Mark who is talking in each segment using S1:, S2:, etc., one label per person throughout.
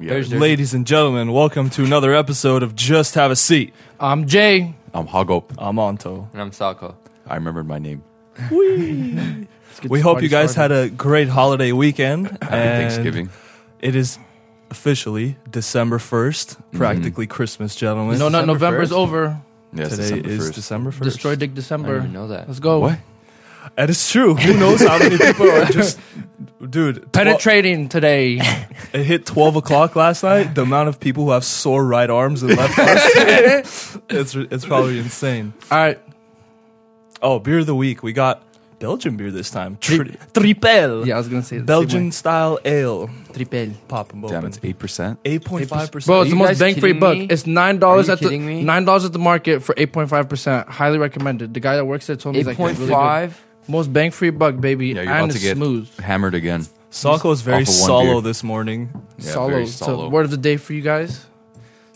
S1: Yeah,
S2: There's- there's-
S3: Ladies and gentlemen, welcome to another episode of Just Have a Seat.
S2: I'm Jay.
S1: I'm Hago.
S3: I'm Anto.
S2: And I'm Sako.
S1: I remembered my name.
S3: We hope you guys had a great holiday weekend.
S1: Happy
S3: and
S1: Thanksgiving.
S3: It is officially December 1st, practically Christmas, gentlemen.
S2: No, not
S4: December
S2: November's
S4: 1st?
S2: over.
S1: Yes,
S3: Today
S1: December
S3: is
S1: 1st.
S3: December 1st.
S2: Destroy Dick
S4: I
S2: December.
S4: didn't even know that.
S2: Let's go.
S1: What?
S3: That is true. Who knows how many people are just. Dude, twel-
S2: Penetrating today.
S3: it hit 12 o'clock last night. The amount of people who have sore right arms and left arms. it's, it's probably insane.
S2: All right.
S3: Oh, beer of the week. We got Belgian beer this time. Tri- Tripel.
S2: Yeah, I was gonna say the same
S3: Belgian style ale.
S2: way. tripel.
S3: Pop them
S1: Damn,
S3: open.
S1: it's 8%.
S3: 8.5%.
S2: Bro, it's
S4: you
S2: the
S4: guys
S2: most bang for your
S4: kidding
S2: buck.
S4: me?
S2: It's nine dollars
S4: Are you
S2: at the
S4: kidding me?
S2: nine dollars at the market for eight point five percent. Highly recommended. The guy that works there told me he's
S4: Eight
S2: like
S4: point
S2: "It's really
S4: five.
S2: good." Most bang for your buck, baby.
S1: Yeah, you're
S2: and
S1: about to
S2: it's
S1: get
S2: smooth.
S1: hammered again.
S3: Sako is very
S1: Off of one
S3: solo
S1: beer.
S3: this morning.
S1: Yeah,
S2: solo.
S1: very
S2: So
S1: solo.
S2: word of the day for you guys.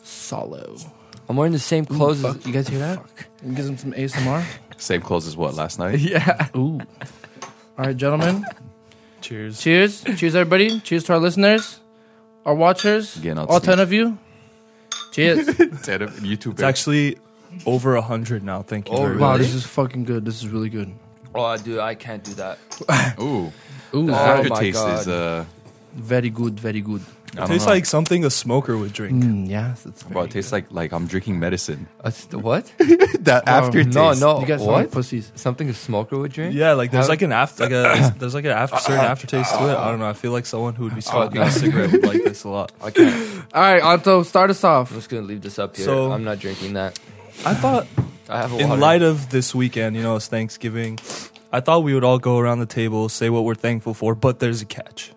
S2: Solo.
S4: I'm wearing the same clothes
S2: Ooh,
S4: as you guys hear that?
S2: Gives him some ASMR.
S1: Same clothes as what, last night?
S4: Yeah.
S2: Ooh. All right, gentlemen.
S3: Cheers.
S2: Cheers. Cheers, everybody. Cheers to our listeners, our watchers,
S1: Again, I'll
S2: all
S1: sneeze.
S2: 10 of you. Cheers.
S1: Instead of YouTube.
S3: It's actually over 100 now. Thank you
S4: Oh,
S3: very
S2: wow,
S3: much.
S2: this is fucking good. This is really good.
S4: Oh, dude, I can't do that.
S1: Ooh. The
S2: Ooh,
S4: Oh
S2: very-
S4: my
S1: aftertaste
S4: God.
S1: is, uh,
S2: very good, very good.
S1: I don't
S3: tastes
S1: know.
S3: like something a smoker would drink.
S2: Mm, yes, it's
S1: Bro, it tastes like, like I'm drinking medicine. Oh,
S4: Uh, s- what?
S1: that
S2: Wow.
S1: aftertaste.
S4: No, no.
S2: You guys sound like
S4: what?
S2: pussies.
S4: Something a smoker would drink?
S3: Yeah, like there's
S4: How-
S3: like an after, like a there's like an after, certain aftertaste to it. I don't know. I feel like someone who would be
S1: Oh,
S3: smoking
S4: no.
S3: a cigarette would like this a lot.
S4: I can't.
S2: All right, Anto, start us
S4: I'm
S2: off.
S4: just gonna leave this up here.
S3: So-
S4: I'm not drinking that.
S3: I thought
S4: I have a
S3: in
S4: water.
S3: light of this weekend, you know, it's Thanksgiving. I thought we would all go around the table, say what we're thankful for, but there's a catch.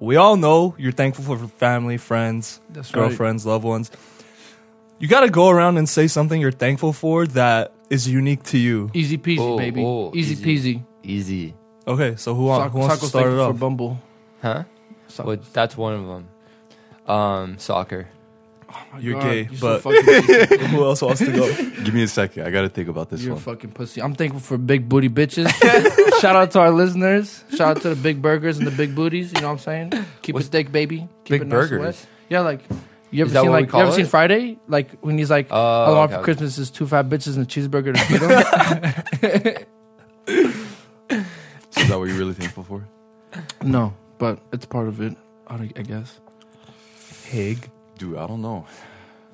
S3: We all know you're thankful for family, friends,
S2: That's right.
S3: girlfriends, loved ones. You got to go around and say something you're thankful for that is unique to you.
S2: Easy peasy,
S4: Oh,
S2: baby.
S4: oh,
S2: easy,
S4: easy.
S2: peasy.
S4: Easy.
S3: Okay, so who, wa-
S2: Sock-
S3: who wants to
S2: Soccer's
S3: start it
S2: thankful
S3: off?
S2: for Bumble.
S4: Huh?
S2: So-
S4: Well, that's one of them. Um, soccer.
S3: You're
S2: God,
S3: gay,
S2: you're
S3: but
S2: so fucking pussy.
S3: who else wants to go?
S1: Give me a second. I got to think about this
S2: you're a
S1: one.
S2: fucking pussy. I'm thankful for big booty bitches. Shout out to our listeners. Shout out to the big burgers and the big booties. You know what I'm saying? Keep
S4: What's-
S2: it thick, baby. Keep
S4: Big
S2: it nice and
S4: burgers.
S2: wet. Yeah, like you ever
S4: that
S2: seen
S4: what we
S2: like you
S4: call
S2: ever seen
S4: it?
S2: Friday? Like when he's like,
S4: Oh,
S2: all I want
S4: okay,
S2: for
S4: okay.
S2: Christmas is two fat bitches and a cheeseburger to feed 'em."
S1: So is that what you're really thankful for?
S2: no, but it's part of it. I, don't- I guess.
S3: Pig.
S1: Dude, I don't know.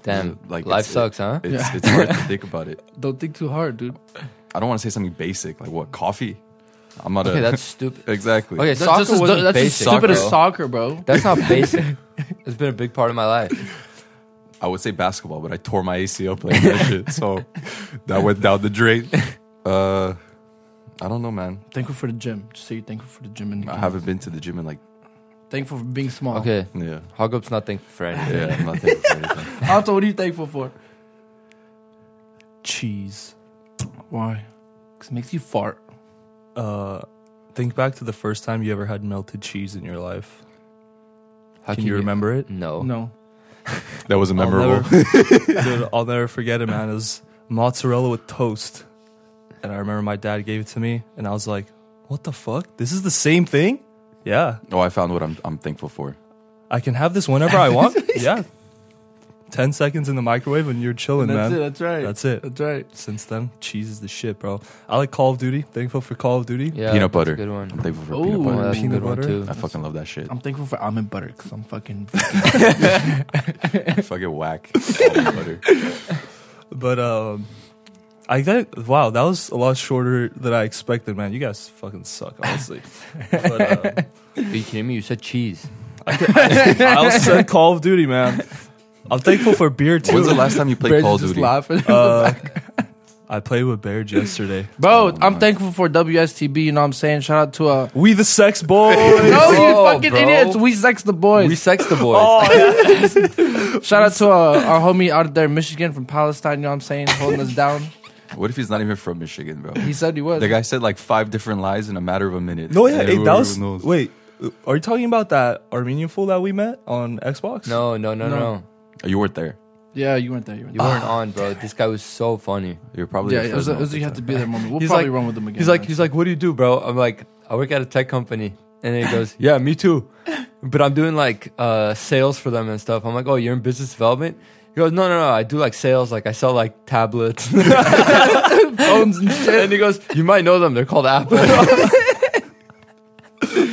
S4: Damn.
S1: Like,
S4: Life
S1: it's-
S4: sucks, huh?
S1: It's, it's hard to think about it.
S2: Don't think too hard, dude.
S1: I don't want to say something basic. Like what? Coffee? I'm not
S4: Okay,
S1: a.
S4: that's stupid.
S1: exactly.
S4: Okay,
S2: That's
S4: soccer
S2: just as,
S4: wasn't
S2: that's as
S4: basic.
S2: stupid as
S4: bro.
S2: soccer, bro.
S4: That's not basic. it's been a big part of my life.
S1: I would say basketball, but I tore my ACL playing that shit, so that went down the drain. Uh, I don't know, man.
S2: Thankful for the gym. Just say you're thankful for the gym and the
S1: I
S2: gym.
S1: haven't been to the gym in like
S2: Thankful for being small.
S4: Okay,
S1: yeah,
S4: Hogup's not thankful for anything.
S1: yeah. I'm not thankful for anything.
S2: Anto, what are you thankful for?
S3: Cheese.
S2: Why? Because it makes you fart.
S3: Uh, think back to the first time you ever had melted cheese in your life.
S4: How
S3: Can, you remember it?
S4: No.
S2: No.
S1: That was a memorable.
S3: I'll never, dude, I'll never forget it, man. It was mozzarella with toast. And I remember my dad gave it to me, and I was like, what the fuck? This is the same thing? Yeah.
S1: oh, I found what I'm I'm thankful for.
S3: I can have this whenever I want. yeah. 10 seconds in the microwave, and you're chilling,
S2: that's
S3: man.
S2: it. That's right.
S3: That's it.
S2: That's right.
S3: Since then, cheese is the shit, bro. I like Call of Duty. Thankful for Call of Duty.
S4: Yeah,
S1: Peanut
S4: that's a
S1: butter.
S4: good
S1: I'm
S4: one.
S1: thankful for
S2: Ooh.
S1: peanut
S4: Oh,
S1: butter.
S4: that's
S3: Peanut
S4: a good
S3: butter.
S4: one too.
S1: I fucking love that shit.
S2: I'm thankful for almond butter because I'm fucking.
S1: fucking whack. Almond butter.
S3: But um, I think wow, that was a lot shorter than I expected, man. You guys fucking suck, honestly. but, um,
S4: Are you kidding me? You said cheese.
S3: I also said Call of Duty, man. I'm thankful for beer too.
S1: When's the last time you played Call of Duty?
S3: Uh, I played with Bear yesterday.
S2: Bro,
S1: Oh,
S2: I'm
S1: my.
S2: thankful for WSTB. You know what I'm saying? Shout out to uh.
S3: We the sex boys.
S2: No, you
S4: Bro,
S2: fucking
S4: bro.
S2: idiots. We sex the boys.
S4: We sex the boys. Oh.
S2: Shout out to uh, our homie out there in Michigan from Palestine. You know what I'm saying? Holding us down.
S1: What if he's not even from Michigan, bro?
S2: He said he was.
S1: The guy said like five different lies in a matter of a minute.
S3: no, yeah,
S1: And
S3: hey, that
S1: everyone
S3: was
S1: knows.
S3: wait. Are you talking about that Armenian fool that we met on Xbox?
S4: No, no, no,
S2: No.
S4: no, Ah.
S1: Oh, you weren't there.
S2: Yeah, you weren't there. You weren't
S4: You
S2: there.
S4: weren't on, bro. This guy was so funny.
S1: You're probably
S2: Yeah,
S1: the
S2: it was,
S1: first
S2: a, it was a
S1: one.
S2: you have to be there moment. We'll
S4: He's
S2: probably
S4: like-
S2: run with them again.
S4: He's like, he's like, what do you do, bro? I'm like, I work at a tech company, and then he goes, yeah, me too. but I'm doing like uh, sales for them and stuff. I'm like, oh, you're in business development. He goes, no, no, no. I do like sales. Like I sell like tablets, phones, and shit. And he goes, you might know them. They're called Apple.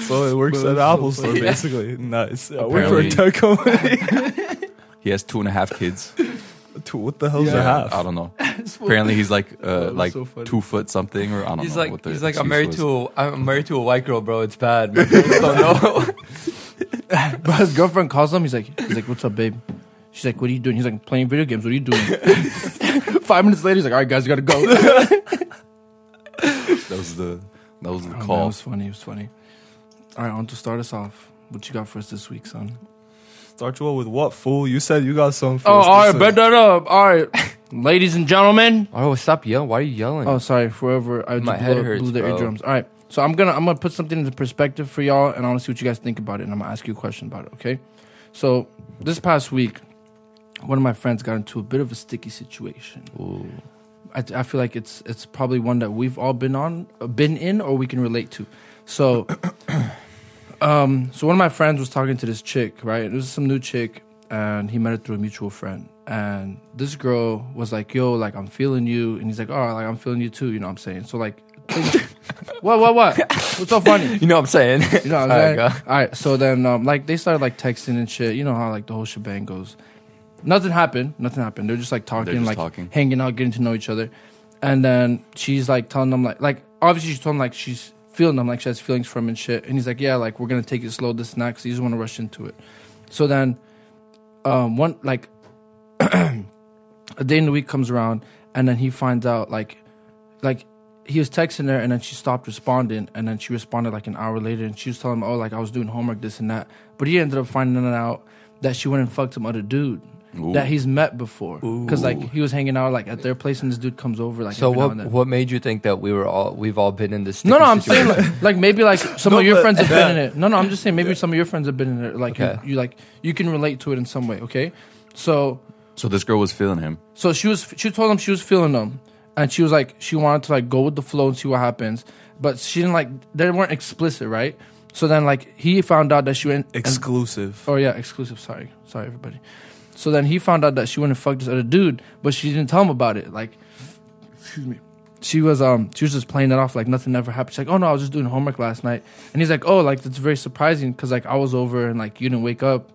S3: So it works
S1: Well,
S3: at
S1: that's
S3: Apple
S1: so
S3: Store,
S1: funny.
S3: basically. Nice. I work for a
S1: Apparently-
S3: tech company.
S1: He has two and a half kids.
S3: Dude, what the hell's a
S1: Yeah,
S3: half?
S1: I don't know. Apparently, he's like uh,
S2: was
S1: like
S2: so funny.
S1: two foot something, or I don't
S4: he's
S1: know.
S4: like,
S1: what the
S4: he's like, I'm
S1: excuse
S4: married
S1: was.
S4: to a, I'm married to a white girl, bro. It's bad. My parents don't know.
S2: But his girlfriend calls him. He's like, he's like, what's up, babe? She's like, what are you doing? He's like, playing video games. What are you doing? Five minutes later, he's like, all right, guys, gotta go. That
S1: That was the that was the
S2: It
S1: call.
S2: was funny. It was funny. All right, on to start us off. What you got for us this week, son?
S3: Start you off with what, fool? You said you got something for
S2: Oh,
S3: us
S2: all
S3: this
S2: right, bet
S3: week.
S2: that up. All right, ladies and gentlemen.
S4: oh, stop yelling! Why are you yelling?
S2: Oh, sorry, forever. I
S4: My
S2: just
S4: head
S2: blew,
S4: hurts,
S2: blew their
S4: bro.
S2: eardrums. All right, so I'm gonna I'm gonna put something into perspective for y'all, and I want to see what you guys think about it, and I'm gonna ask you a question about it. Okay, so this past week, one of my friends got into a bit of a sticky situation. I, I feel like it's it's probably one that we've all been on, uh, been in, or we can relate to. So, um, so one of my friends was talking to this chick, right? It was some new chick, and he met her through a mutual friend. And this girl was like, "Yo, like I'm feeling you," and he's like, "Oh, like I'm feeling you too." You know what I'm saying? So like, what, what, what? What's so funny?
S4: You know what I'm saying?
S2: You know what I'm
S4: Alright,
S2: saying? All right. So then, um, like, they started like texting and shit. You know how like the whole shebang goes. Nothing happened. Nothing happened. They're just like talking,
S1: just
S2: like
S1: talking.
S2: hanging out, getting to know each other. And then she's like telling them like like obviously she told him like she's feeling them like she has feelings for him and shit. And he's like, yeah, like we're gonna take it slow this and that 'cause he doesn't want to rush into it. So then, um, one like a day in the week comes around, and then he finds out like like he was texting her and then she stopped responding and then she responded like an hour later and she was telling him oh like i was doing homework this and that but he ended up finding out that she went and fucked some other dude
S1: Ooh.
S2: that he's met before because like he was hanging out like at their place and this dude comes over like
S4: So
S2: every now
S4: what?
S2: and then.
S4: What made you think that we were all we've all been in this?
S2: no no i'm
S4: sticky
S2: saying
S4: situation?
S2: like, like maybe like some of your
S3: but-
S2: friends have been in it no no i'm just saying maybe some of your friends have been in it like
S4: Okay.
S2: you, you like you can relate to it in some way okay so
S1: So this girl was feeling him.
S2: so she was she told him she was feeling them, and she was like she wanted to like go with the flow and see what happens, but she didn't like they weren't explicit, right? So then like he found out that she went and-
S3: Exclusive.
S2: Oh yeah, exclusive. Sorry, sorry everybody. So then he found out that she went and fucked this other dude, but she didn't tell him about it. Like, excuse me. She was um she was just playing it off like nothing ever happened. She's like, oh no, I was just doing homework last night, and he's like, oh like that's very surprising because like I was over and like you didn't wake up,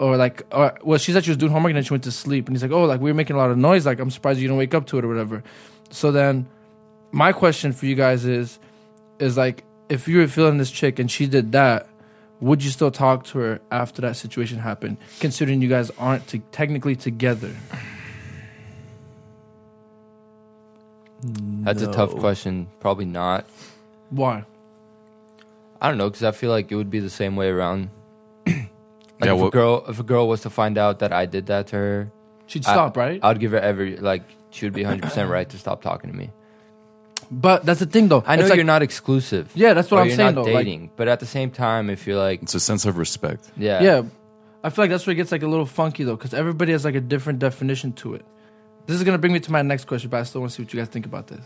S2: or like or well she said she was doing homework and then she went to sleep, and he's like, oh like we were making a lot of noise, like I'm surprised you didn't wake up to it or whatever. So then, my question for you guys is, is like if you were feeling this chick and she did that, would you still talk to her after that situation happened, considering you guys aren't to- technically together?
S4: That's a tough question. Probably not.
S2: Why?
S4: I don't know because I feel like it would be the same way around. like
S1: Yeah,
S4: if a
S1: what-
S4: girl, if a girl was to find out that I did that to her,
S2: She'd
S4: I-
S2: stop, right?
S4: I'd give her every like she would be 100 percent right to stop talking to me.
S2: but that's the thing, though.
S4: I know
S2: It's like-
S4: you're not exclusive.
S2: Yeah, that's what
S4: or
S2: I'm
S4: you're
S2: saying,
S4: Not
S2: though, like-
S4: dating, but at the same time, if you're like,
S1: It's a sense of respect.
S4: yeah,
S2: Yeah. I feel like that's where it gets like a little funky though, because everybody has like a different definition to it. This is gonna bring me to my next question, but I still want to see what you guys think about this.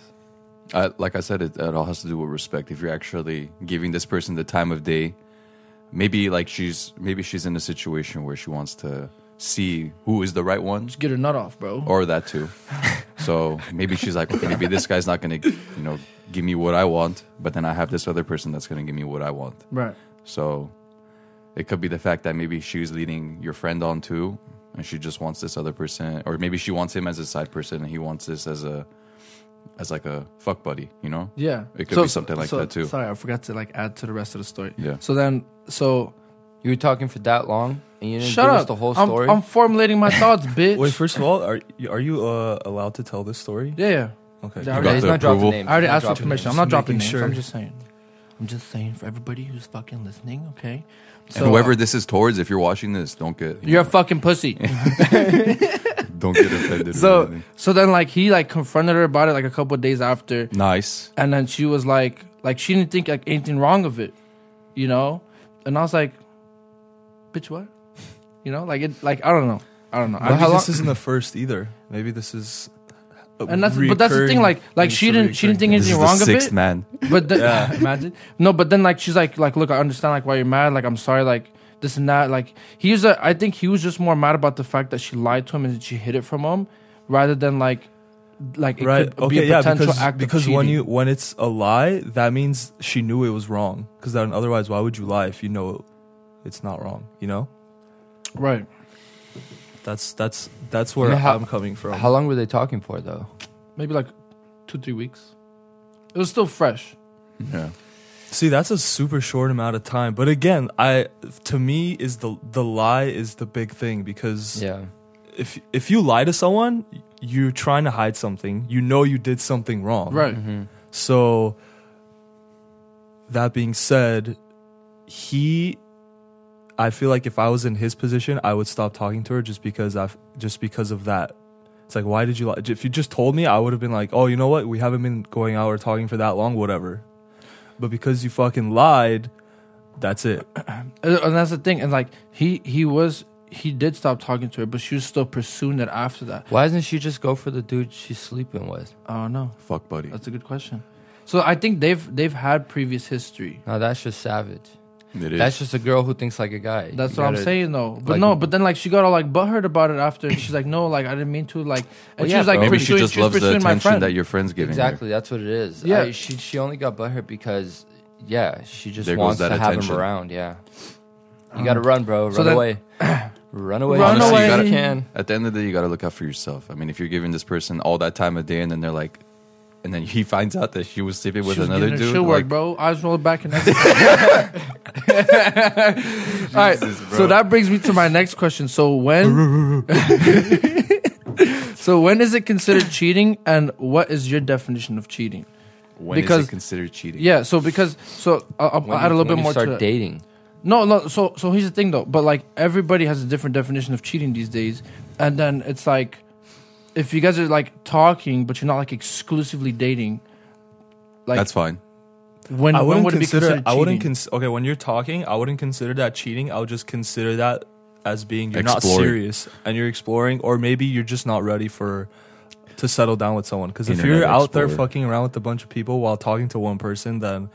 S1: I, like I said, it, it all has to do with respect. If you're actually giving this person the time of day, maybe like she's maybe she's in a situation where she wants to see who is the right one,
S2: Get her nut off, bro.
S1: or that too. So maybe she's like, okay, maybe this guy's not gonna, you know, give me what I want, but then I have this other person that's gonna give me what I want.
S2: right.
S1: So it could be the fact that maybe she's leading your friend on too, and she just wants this other person, or maybe she wants him as a side person, and he wants this as a as like a fuck buddy, you know?
S2: Yeah.
S1: It could be something like
S2: so-
S1: that, too.
S2: Sorry, I forgot to like add to the rest of the story.
S1: Yeah.
S2: So then, so
S4: you were talking for that long and you didn't
S2: shut
S4: give
S2: up.
S4: us the whole
S2: I'm-
S4: story.
S2: I'm, formulating my thoughts, bitch.
S3: Wait, first of all, are you, are you uh, allowed to tell this story?
S2: yeah, yeah.
S3: Okay.
S2: Yeah,
S1: got
S4: he's
S1: the
S4: not dropping
S1: approval.
S4: names.
S2: I already
S4: He's not
S2: asked for
S4: dropping
S2: permission. I'm
S4: names.
S2: not dropping
S3: making
S2: names.
S3: sure.
S2: I'm just saying. I'm just saying for everybody who's fucking listening, okay? uh,
S1: and whoever this is towards, if you're watching this, don't get you
S2: you're a fucking pussy.
S1: don't get offended. or
S2: so
S1: anything.
S2: so then like he like confronted her about it like a couple of days after,
S1: nice.
S2: and then she was like like she didn't think like anything wrong of it, you know. And I was like, bitch, what? You know, like it like I don't know, I don't know. I
S3: Maybe
S2: just-
S3: this isn't the first either. Maybe this is. a
S2: and that's but that's the thing
S3: reoccurring-
S2: like like
S3: it's
S2: she
S3: a
S2: didn't she
S3: reoccurring
S2: didn't think
S3: thing.
S1: This
S2: anything
S1: is
S2: wrong
S1: the
S2: of
S1: sixth
S2: it.
S1: man.
S2: But then, imagine no. But then, like she's like, like look, I understand like why you're mad. Like I'm sorry. Like this and that. Like he was, a, I think he was just more mad about the fact that she lied to him and that she hid it from him, rather than like, like it
S3: right?
S2: could be
S3: Okay,
S2: a
S3: yeah,
S2: potential
S3: because
S2: act
S3: because
S2: of
S3: when
S2: cheating.
S3: you when it's a lie, that means she knew it was wrong. Because then otherwise, why would you lie if you know it's not wrong? You know,
S2: right,
S3: that's that's that's where
S4: Yeah, how-
S3: I'm coming from.
S4: How long were they talking for though?
S2: maybe like two three weeks. It was still fresh.
S1: Yeah.
S3: See, that's a super short amount of time. But again, I to me is the the lie is the big thing because
S4: Yeah.
S3: if if you lie to someone, you're trying to hide something. You know you did something wrong.
S2: Right.
S4: Mm-hmm.
S3: So that being said, he I feel like if I was in his position, I would stop talking to her just because I've just because of that. It's like why did you lie? If you just told me, I would have been like, "Oh, you know what? We haven't been going out or talking for that long, whatever." But because you fucking lied, that's it.
S2: And and that's the thing. And like he he was he did stop talking to her, but she was still pursuing it after that.
S4: Why doesn't she just go for the dude she's sleeping with?
S2: I don't know.
S1: Fuck buddy.
S2: That's a good question. So I think they've they've had previous history.
S4: No, that's just savage.
S1: It is.
S4: That's just a girl who thinks like a guy.
S2: That's
S4: You
S2: what I'm
S4: gotta-
S2: saying though. But
S4: like-
S2: no, but then like she got all like butthurt about it after, and she's like, no, like I didn't mean to, like, and
S4: Well,
S2: she
S4: yeah,
S2: was like,
S4: bro.
S1: Maybe she
S2: pursuing-
S1: just
S2: was
S1: loves the
S2: pursuing my
S1: attention
S2: friend.
S1: that your friend's giving. her.
S4: Exactly, that's what it is.
S2: Yeah.
S4: I- she she only got butthurt because yeah, she just
S1: There goes
S4: wants to
S1: that
S4: have
S1: attention.
S4: him around. Yeah, you gotta run, bro. Run
S2: Um, so then-
S4: away. run away.
S2: Run
S4: Honestly,
S1: away.
S4: You gotta, can.
S1: At the end of the day, you got to look out for yourself. I mean, if you're giving this person all that time of day and then they're like, and then he finds out that she was sleeping with
S2: She was
S1: another
S2: getting her
S1: dude.
S2: shit work,
S1: like,
S2: bro. Eyes rolled back and everything. all right. So that brings me to my next question. So when? so when is it considered cheating, and what is your definition of cheating?
S1: when is
S2: because-
S1: it considered cheating?
S2: Yeah. So because so I'll, I'll
S4: When
S2: add a little
S4: you- when
S2: bit
S4: you
S2: more
S4: Start
S2: to that.
S4: dating.
S2: No, no. So, so here's the thing, though. But like everybody has a different definition of cheating these days, and then it's like, if you guys are like talking, but you're not like exclusively dating, like
S1: That's fine.
S2: when
S3: I
S2: when
S3: wouldn't
S2: would it be
S3: consider.
S2: considered?
S3: I wouldn't
S2: cheating?
S3: cons- Okay, when you're talking, I wouldn't consider that cheating. I would just consider that as being you're not
S1: Exploring.
S3: serious and you're exploring, or maybe you're just not ready for to settle down with someone. Because if
S1: Internet
S3: you're out there
S1: Explorer.
S3: fucking around with a bunch of people while talking to one person, then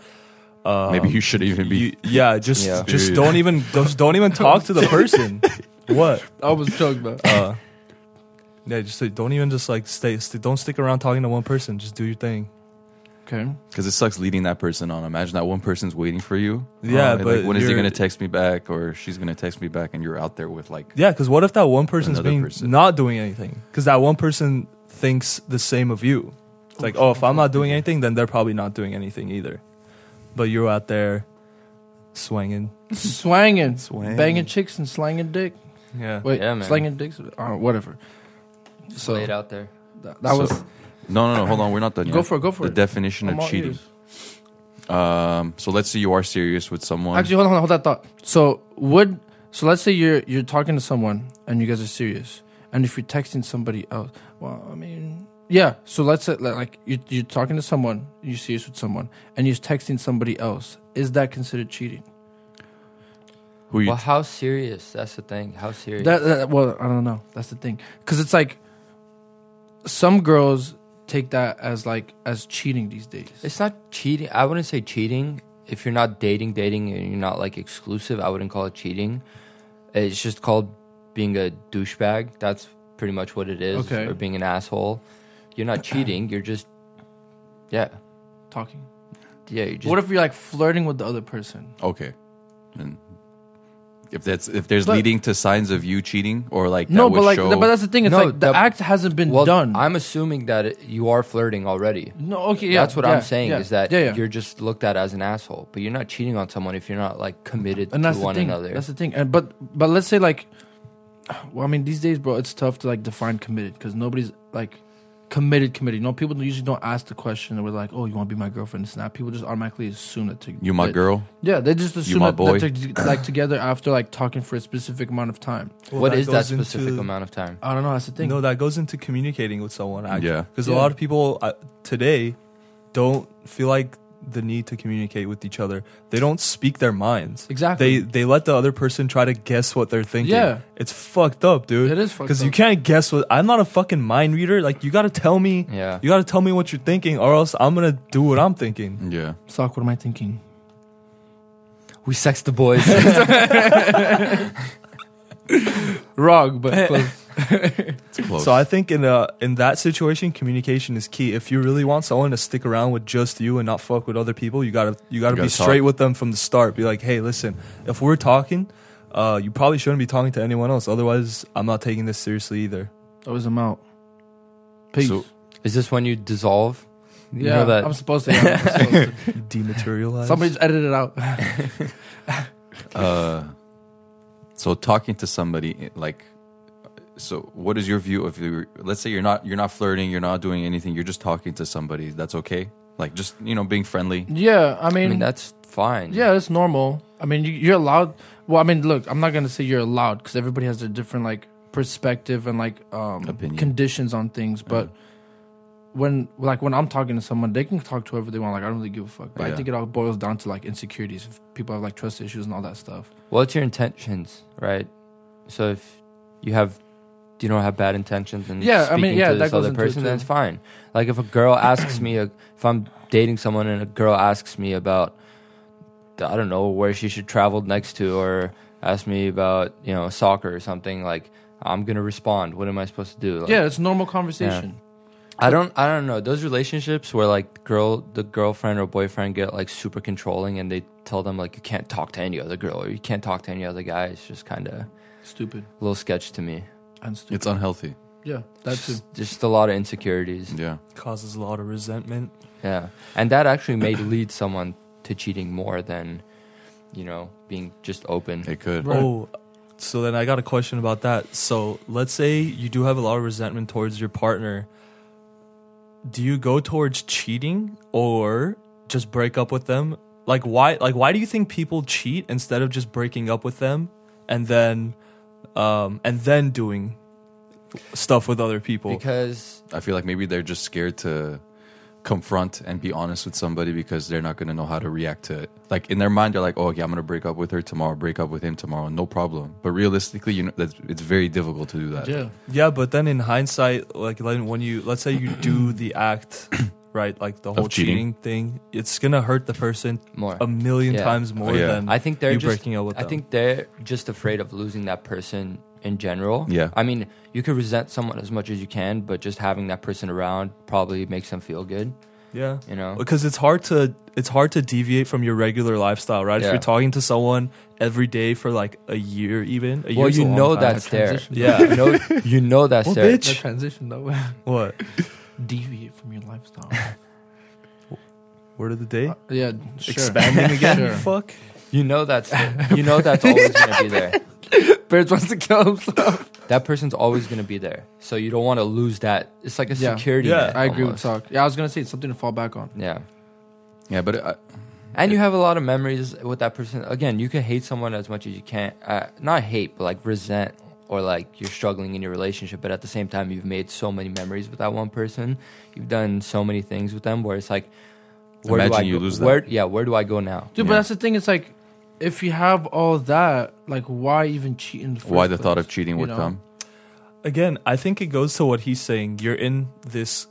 S3: uh,
S1: Maybe
S2: um,
S1: you should even be.
S3: you- yeah, just
S4: Yeah.
S3: just
S1: Dude.
S3: don't even just don't even talk to the person. what?
S2: I was joking, bro.
S3: Uh, yeah, just like, don't even just like stay. St- don't stick around talking to one person. Just do your thing.
S2: Okay.
S1: because it sucks leading that person on. Imagine that one person's waiting for you.
S3: Yeah,
S1: and,
S3: but
S1: like, when is he
S3: you're-
S1: gonna text me back, or she's gonna text me back, and you're out there with like,
S3: Yeah, because what if that one person's
S1: Another
S3: being
S1: person.
S3: not doing anything? Because that one person thinks the same of you. It's like, oh, if I'm not doing anything, then they're probably not doing anything either. But you're out there swinging.
S2: Swanging,
S3: Swanging.
S2: banging chicks and slanging dick.
S3: Yeah.
S2: Wait,
S4: Yeah, man.
S2: slanging dicks, uh, whatever. So
S4: Lay it
S2: that,
S4: out there.
S2: that was
S1: no, no, no, hold on, we're not done.
S2: go
S1: yet.
S2: for it, go for
S1: the
S2: it.
S1: definition
S2: I'm
S1: of
S2: all
S1: cheating.
S2: ears.
S1: Um, so let's say you are serious with someone.
S2: Actually, hold on, hold that thought. So would so let's say you're you're talking to someone and you guys are serious, and if you're texting somebody else, well, I mean, yeah. So let's say li- like you you're talking to someone, you're serious with someone, and you're texting somebody else. Is that considered cheating?
S1: who you
S4: Well, how serious? That's the thing. How serious?
S2: That, that well, I don't know. That's the thing, because it's like some girls take that as like as cheating these days.
S4: It's not cheating. I wouldn't say cheating. If you're not dating, dating, and you're not like exclusive, I wouldn't call it cheating. It's just called being a douchebag. That's pretty much what it is.
S2: Okay.
S4: Or being an asshole. You're not cheating. You're just, yeah,
S2: talking.
S4: yeah. You're just
S2: What if you're like flirting with the other person?
S1: Okay. And if that's if there's
S2: But-
S1: leading to signs of you cheating or like
S2: no,
S1: that
S2: but
S1: would
S2: like,
S1: show,
S2: but that's the thing. It's
S4: No,
S2: like the
S4: that-
S2: act hasn't been
S4: well
S2: done.
S4: I'm assuming that it, you are flirting already.
S2: No, okay, yeah,
S4: That's what
S2: yeah,
S4: I'm saying
S2: yeah,
S4: is that
S2: yeah, yeah.
S4: you're just looked at as an asshole, but you're not cheating on someone if you're not like committed
S2: and that's
S4: to
S2: the
S4: one
S2: thing.
S4: another.
S2: That's the thing. And but but let's say like, well, I mean these days, bro, it's tough to like define committed because nobody's like committed committed. You know, people usually don't ask the question. They were like, oh, you want to be my girlfriend? It's not. People just automatically assume that. To,
S1: you my
S2: that-
S1: girl.
S2: Yeah, they just assume
S1: my
S2: that,
S1: boy.
S2: that they're, like together after like talking for a specific amount of time.
S4: what is that
S3: goes into-
S4: specific amount of time?
S2: I don't know. That's the thing.
S3: No, that goes into communicating with someone. Actually.
S1: Yeah.
S3: Because
S2: Yeah.
S3: a lot of people uh, today don't feel like the need to communicate with each other. They don't speak their minds.
S2: exactly.
S3: They they let the other person try to guess what they're thinking.
S2: Yeah.
S3: It's fucked up, dude.
S2: it is fucked
S3: Because you
S2: up.
S3: can't guess what I'm not a fucking mind reader. Like you gotta tell me
S4: Yeah.
S3: you gotta tell me what you're thinking or else I'm gonna do what I'm thinking.
S1: Yeah.
S2: Sock, what am I thinking?
S4: we sex the boys.
S2: Wrong, but close.
S1: It's close.
S3: So I think in uh in that situation, communication is key. If you really want someone to stick around with just you and not fuck with other people, you gotta you gotta,
S1: You gotta
S3: be straight
S1: talk.
S3: with them from the start. Be like, hey, listen, if we're talking, uh, you probably shouldn't be talking to anyone else. Otherwise, I'm not taking this seriously either.
S2: Always I'm out. Peace.
S1: So-
S4: Is this when you dissolve?
S2: yeah,
S4: you know that-
S2: I'm supposed to. Yeah, I'm supposed to.
S3: Dematerialize.
S2: Somebody just edit it out.
S1: uh, so talking to somebody eh, like so what is your view of your let's say you're not you're not flirting you're not doing anything you're just talking to somebody that's okay like just you know being friendly
S2: yeah, I
S4: I
S2: mean,
S4: mean, that's fine.
S2: yeah, it's normal. I mean, you, you're allowed. Well, I mean, look, I'm not gonna say you're allowed because everybody has their different like perspective and like um
S1: Opinion.
S2: conditions on things, but. When like when I'm talking to someone, they can talk to whoever they want. Like I don't really give a fuck. But I
S1: Yeah.
S2: think it all boils down to like insecurities. If people have like trust issues and all that stuff.
S4: Well, it's your intentions, right? So if you have, you don't have bad intentions and
S2: Yeah, I
S4: speaking
S2: mean, yeah,
S4: to
S2: that
S4: this
S2: goes
S4: other
S2: into it
S4: person,
S2: too.
S4: then it's fine. Like if a girl asks me, a, if I'm dating someone and a girl asks me about, I don't know, where she should travel next to or ask me about, you know, soccer or something, like I'm going to respond. What am I supposed to do? Like,
S2: yeah, it's normal conversation.
S4: I don't I don't know. Those relationships where like girl the girlfriend or boyfriend get like super controlling and they tell them like you can't talk to any other girl or you can't talk to any other guy. It's just kind of a
S2: Stupid
S4: little sketch to me.
S2: and stupid.
S1: it's unhealthy
S2: yeah, that's too.
S4: just, just a lot of insecurities.
S1: yeah
S3: causes a lot of resentment.
S4: Yeah. And that actually may lead someone to cheating more than you know, being just open.
S1: it could
S2: Right.
S3: Oh, so then I got a question about that. So let's say you do have a lot of resentment towards your partner. Do you go towards cheating or just break up with them? Like why? Like why do you think people cheat instead of just breaking up with them and then, um, and then doing stuff with other people?
S4: Because
S1: i feel like maybe they're just scared to confront and be honest with somebody because they're not going to know how to react to it like in their mind they're like oh yeah i'm going to break up with her tomorrow break up with him tomorrow no problem but realistically you know that's, it's very difficult to do that
S2: Yeah,
S3: yeah, but then in hindsight, like like, when you let's say you do the act, right? Like the whole cheating.
S1: cheating.
S3: thing, it's gonna hurt the person
S4: more
S3: a million
S4: Yeah.
S3: times more
S1: yeah.
S3: than
S4: I think they're
S3: you
S4: just
S3: breaking up with
S4: I
S3: them.
S4: think they're just afraid of losing that person in general.
S1: Yeah.
S4: I mean, you could resent someone as much as you can, but just having that person around probably makes them feel good,
S3: yeah,
S4: you know?
S3: because it's hard to it's hard to deviate from your regular lifestyle, right? If
S4: Yeah.
S3: you're talking to someone every day for like a year, even a
S4: Well,
S3: year's a
S4: you
S3: long
S4: know
S3: time.
S4: that's there.
S2: Transition.
S3: yeah.
S4: You know, you know that's
S3: Well,
S4: there.
S3: bitch.
S2: the transition though.
S3: what
S2: Deviate from your lifestyle.
S3: word of the day?
S2: Uh, yeah, sure.
S3: Expanding again?
S2: Sure.
S3: Fuck.
S4: You know that's there. You know that's always gonna be there.
S2: Birds wants to kill himself.
S4: That person's always gonna be there. So you don't want to lose that. It's like a
S2: Yeah.
S4: security.
S3: Yeah.
S4: net
S2: I agree with
S4: almost.
S2: Talk. Yeah, I was gonna say it's something to fall back on.
S4: Yeah.
S1: yeah but uh, I,
S4: And you have a lot of memories with that person. Again, you can hate someone as much as you can. Uh, not hate, but like resent or like you're struggling in your relationship. But at the same time, you've made so many memories with that one person. You've done so many things with them where it's like, where do I
S1: Imagine you
S4: go,
S1: lose that.
S4: where, Yeah, where do I go now?
S2: Dude, but
S1: Yeah.
S2: that's the thing. It's like if you have all that, like why even cheat in the first
S1: why the
S2: place?
S1: thought of cheating
S2: you
S1: would
S2: know?
S1: come
S3: Again, I think it goes to what he's saying. You're in this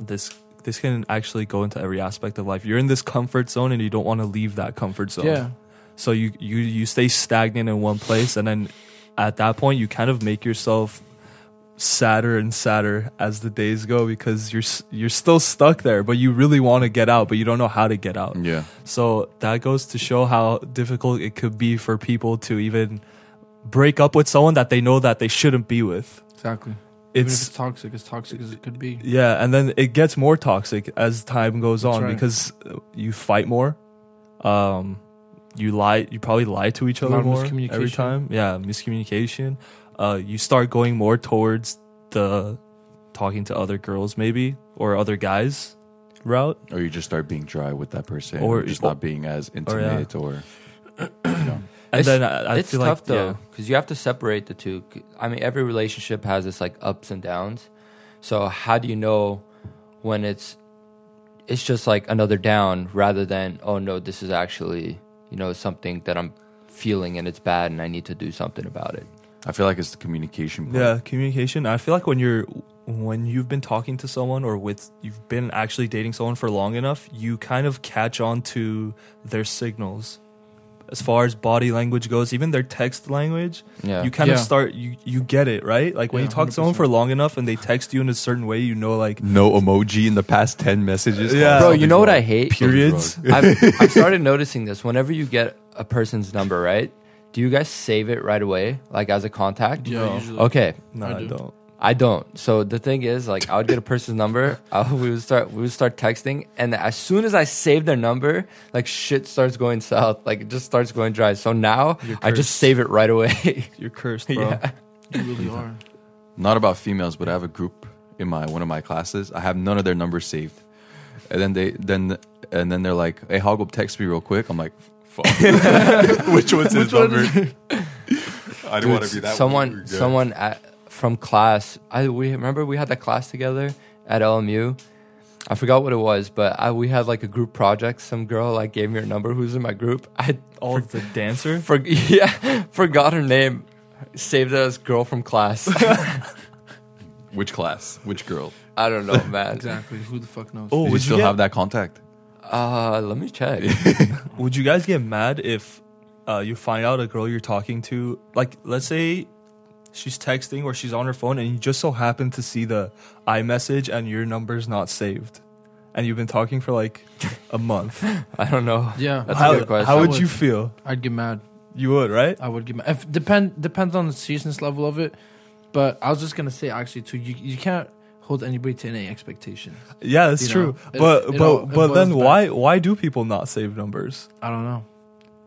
S3: this this can actually go into every aspect of life. You're in this comfort zone and you don't want to leave that comfort zone.
S2: Yeah,
S3: So you you you stay stagnant in one place, and then at that point you kind of make yourself sadder and sadder as the days go because you're s- you're still stuck there, but you really want to get out, but you don't know how to get out.
S1: yeah
S3: So that goes to show how difficult it could be for people to even break up with someone that they know that they shouldn't be with.
S2: exactly. Even if
S3: It's
S2: it's toxic, as toxic as it could be.
S3: yeah, and then it gets more toxic as time goes
S2: That's
S3: on
S2: right.
S3: because you fight more. Um, you lie. You probably lie to each
S2: A
S3: other
S2: lot of
S3: more every
S2: miscommunication.
S3: time. Yeah, miscommunication. Uh, you start going more towards the talking to other girls, maybe or other guys route.
S1: or you just start being dry with that person,
S3: Or-
S1: or, just not being as intimate, or, you know,
S3: And
S4: It's-
S3: then I, I
S4: it's
S3: feel
S4: tough
S3: like yeah.
S4: though because you have to separate the two C- i mean every relationship has its like ups and downs so how do you know when it's it's just like another down rather than oh no this is actually you know something that i'm feeling and it's bad and i need to do something about it
S1: I feel like it's the communication. Part.
S3: Yeah, communication. I feel like when you're when you've been talking to someone or with you've been actually dating someone for long enough, you kind of catch on to their signals. as far as body language goes, even their text language,
S4: Yeah.
S3: you kind of
S2: Yeah.
S3: start you you get it right. Like when
S2: Yeah,
S3: you talk to someone
S2: 100%.
S3: for long enough and they text you in a certain way, you know, like
S1: No emoji in the past ten messages.
S3: Yeah.
S4: Bro, you know what I hate?
S3: periods.
S4: I've, I've started noticing this. Whenever you get a person's number, right? Do you guys save it right away, like as a contact?
S2: Yeah, No. usually.
S4: Okay,
S3: No,
S2: I
S3: I
S2: do.
S3: don't.
S4: I don't. So the thing is, like, I would get a person's number. I, we would start. We would start texting, and as soon as I save their number, like shit starts going south. Like it just starts going dry. So now
S3: You're
S4: I just
S3: cursed.
S4: save it right away.
S3: You're cursed, bro.
S4: Yeah.
S2: You really are.
S1: Not about females, but I have a group in my one of my classes. I have none of their numbers saved, and then they then and then they're like, "Hey, Hogub, text me real quick." I'm like, "Fuck, which one's his number?" I don't want to be that.
S4: someone
S1: weird guy.
S4: someone at, from class i we remember we had that class together at lmu i forgot what it was but I, we had like a group project some girl like gave me her number who's in my group i
S3: Oh, the dancer.
S4: for, yeah forgot her name saved it as girl from class
S1: Which class? Which girl?
S4: i don't know man
S2: Exactly. Who the fuck knows?
S3: Oh,
S1: Do you
S3: would
S1: still
S3: you get-
S1: have that contact?
S4: uh let me check
S3: Would you guys get mad if uh, you find out a girl you're talking to, like, let's say she's texting or she's on her phone and you just so happen to see the iMessage and your number's not saved? And you've been talking for like a month.
S4: i don't know
S2: Yeah.
S4: That's a
S3: how,
S4: good question.
S3: How would
S2: I
S3: you
S2: would.
S3: feel?
S2: I'd get mad.
S3: You would, right?
S2: I would get mad. If, depend depends on the seriousness level of it. But I was just gonna say actually too, you you can't hold anybody to any expectation.
S3: Yeah, that's
S2: Uh, You
S3: true.
S2: know, it-
S3: but
S2: it
S3: but
S2: all- it
S3: but then
S2: boils back-
S3: why why do people not save numbers?
S2: I don't know.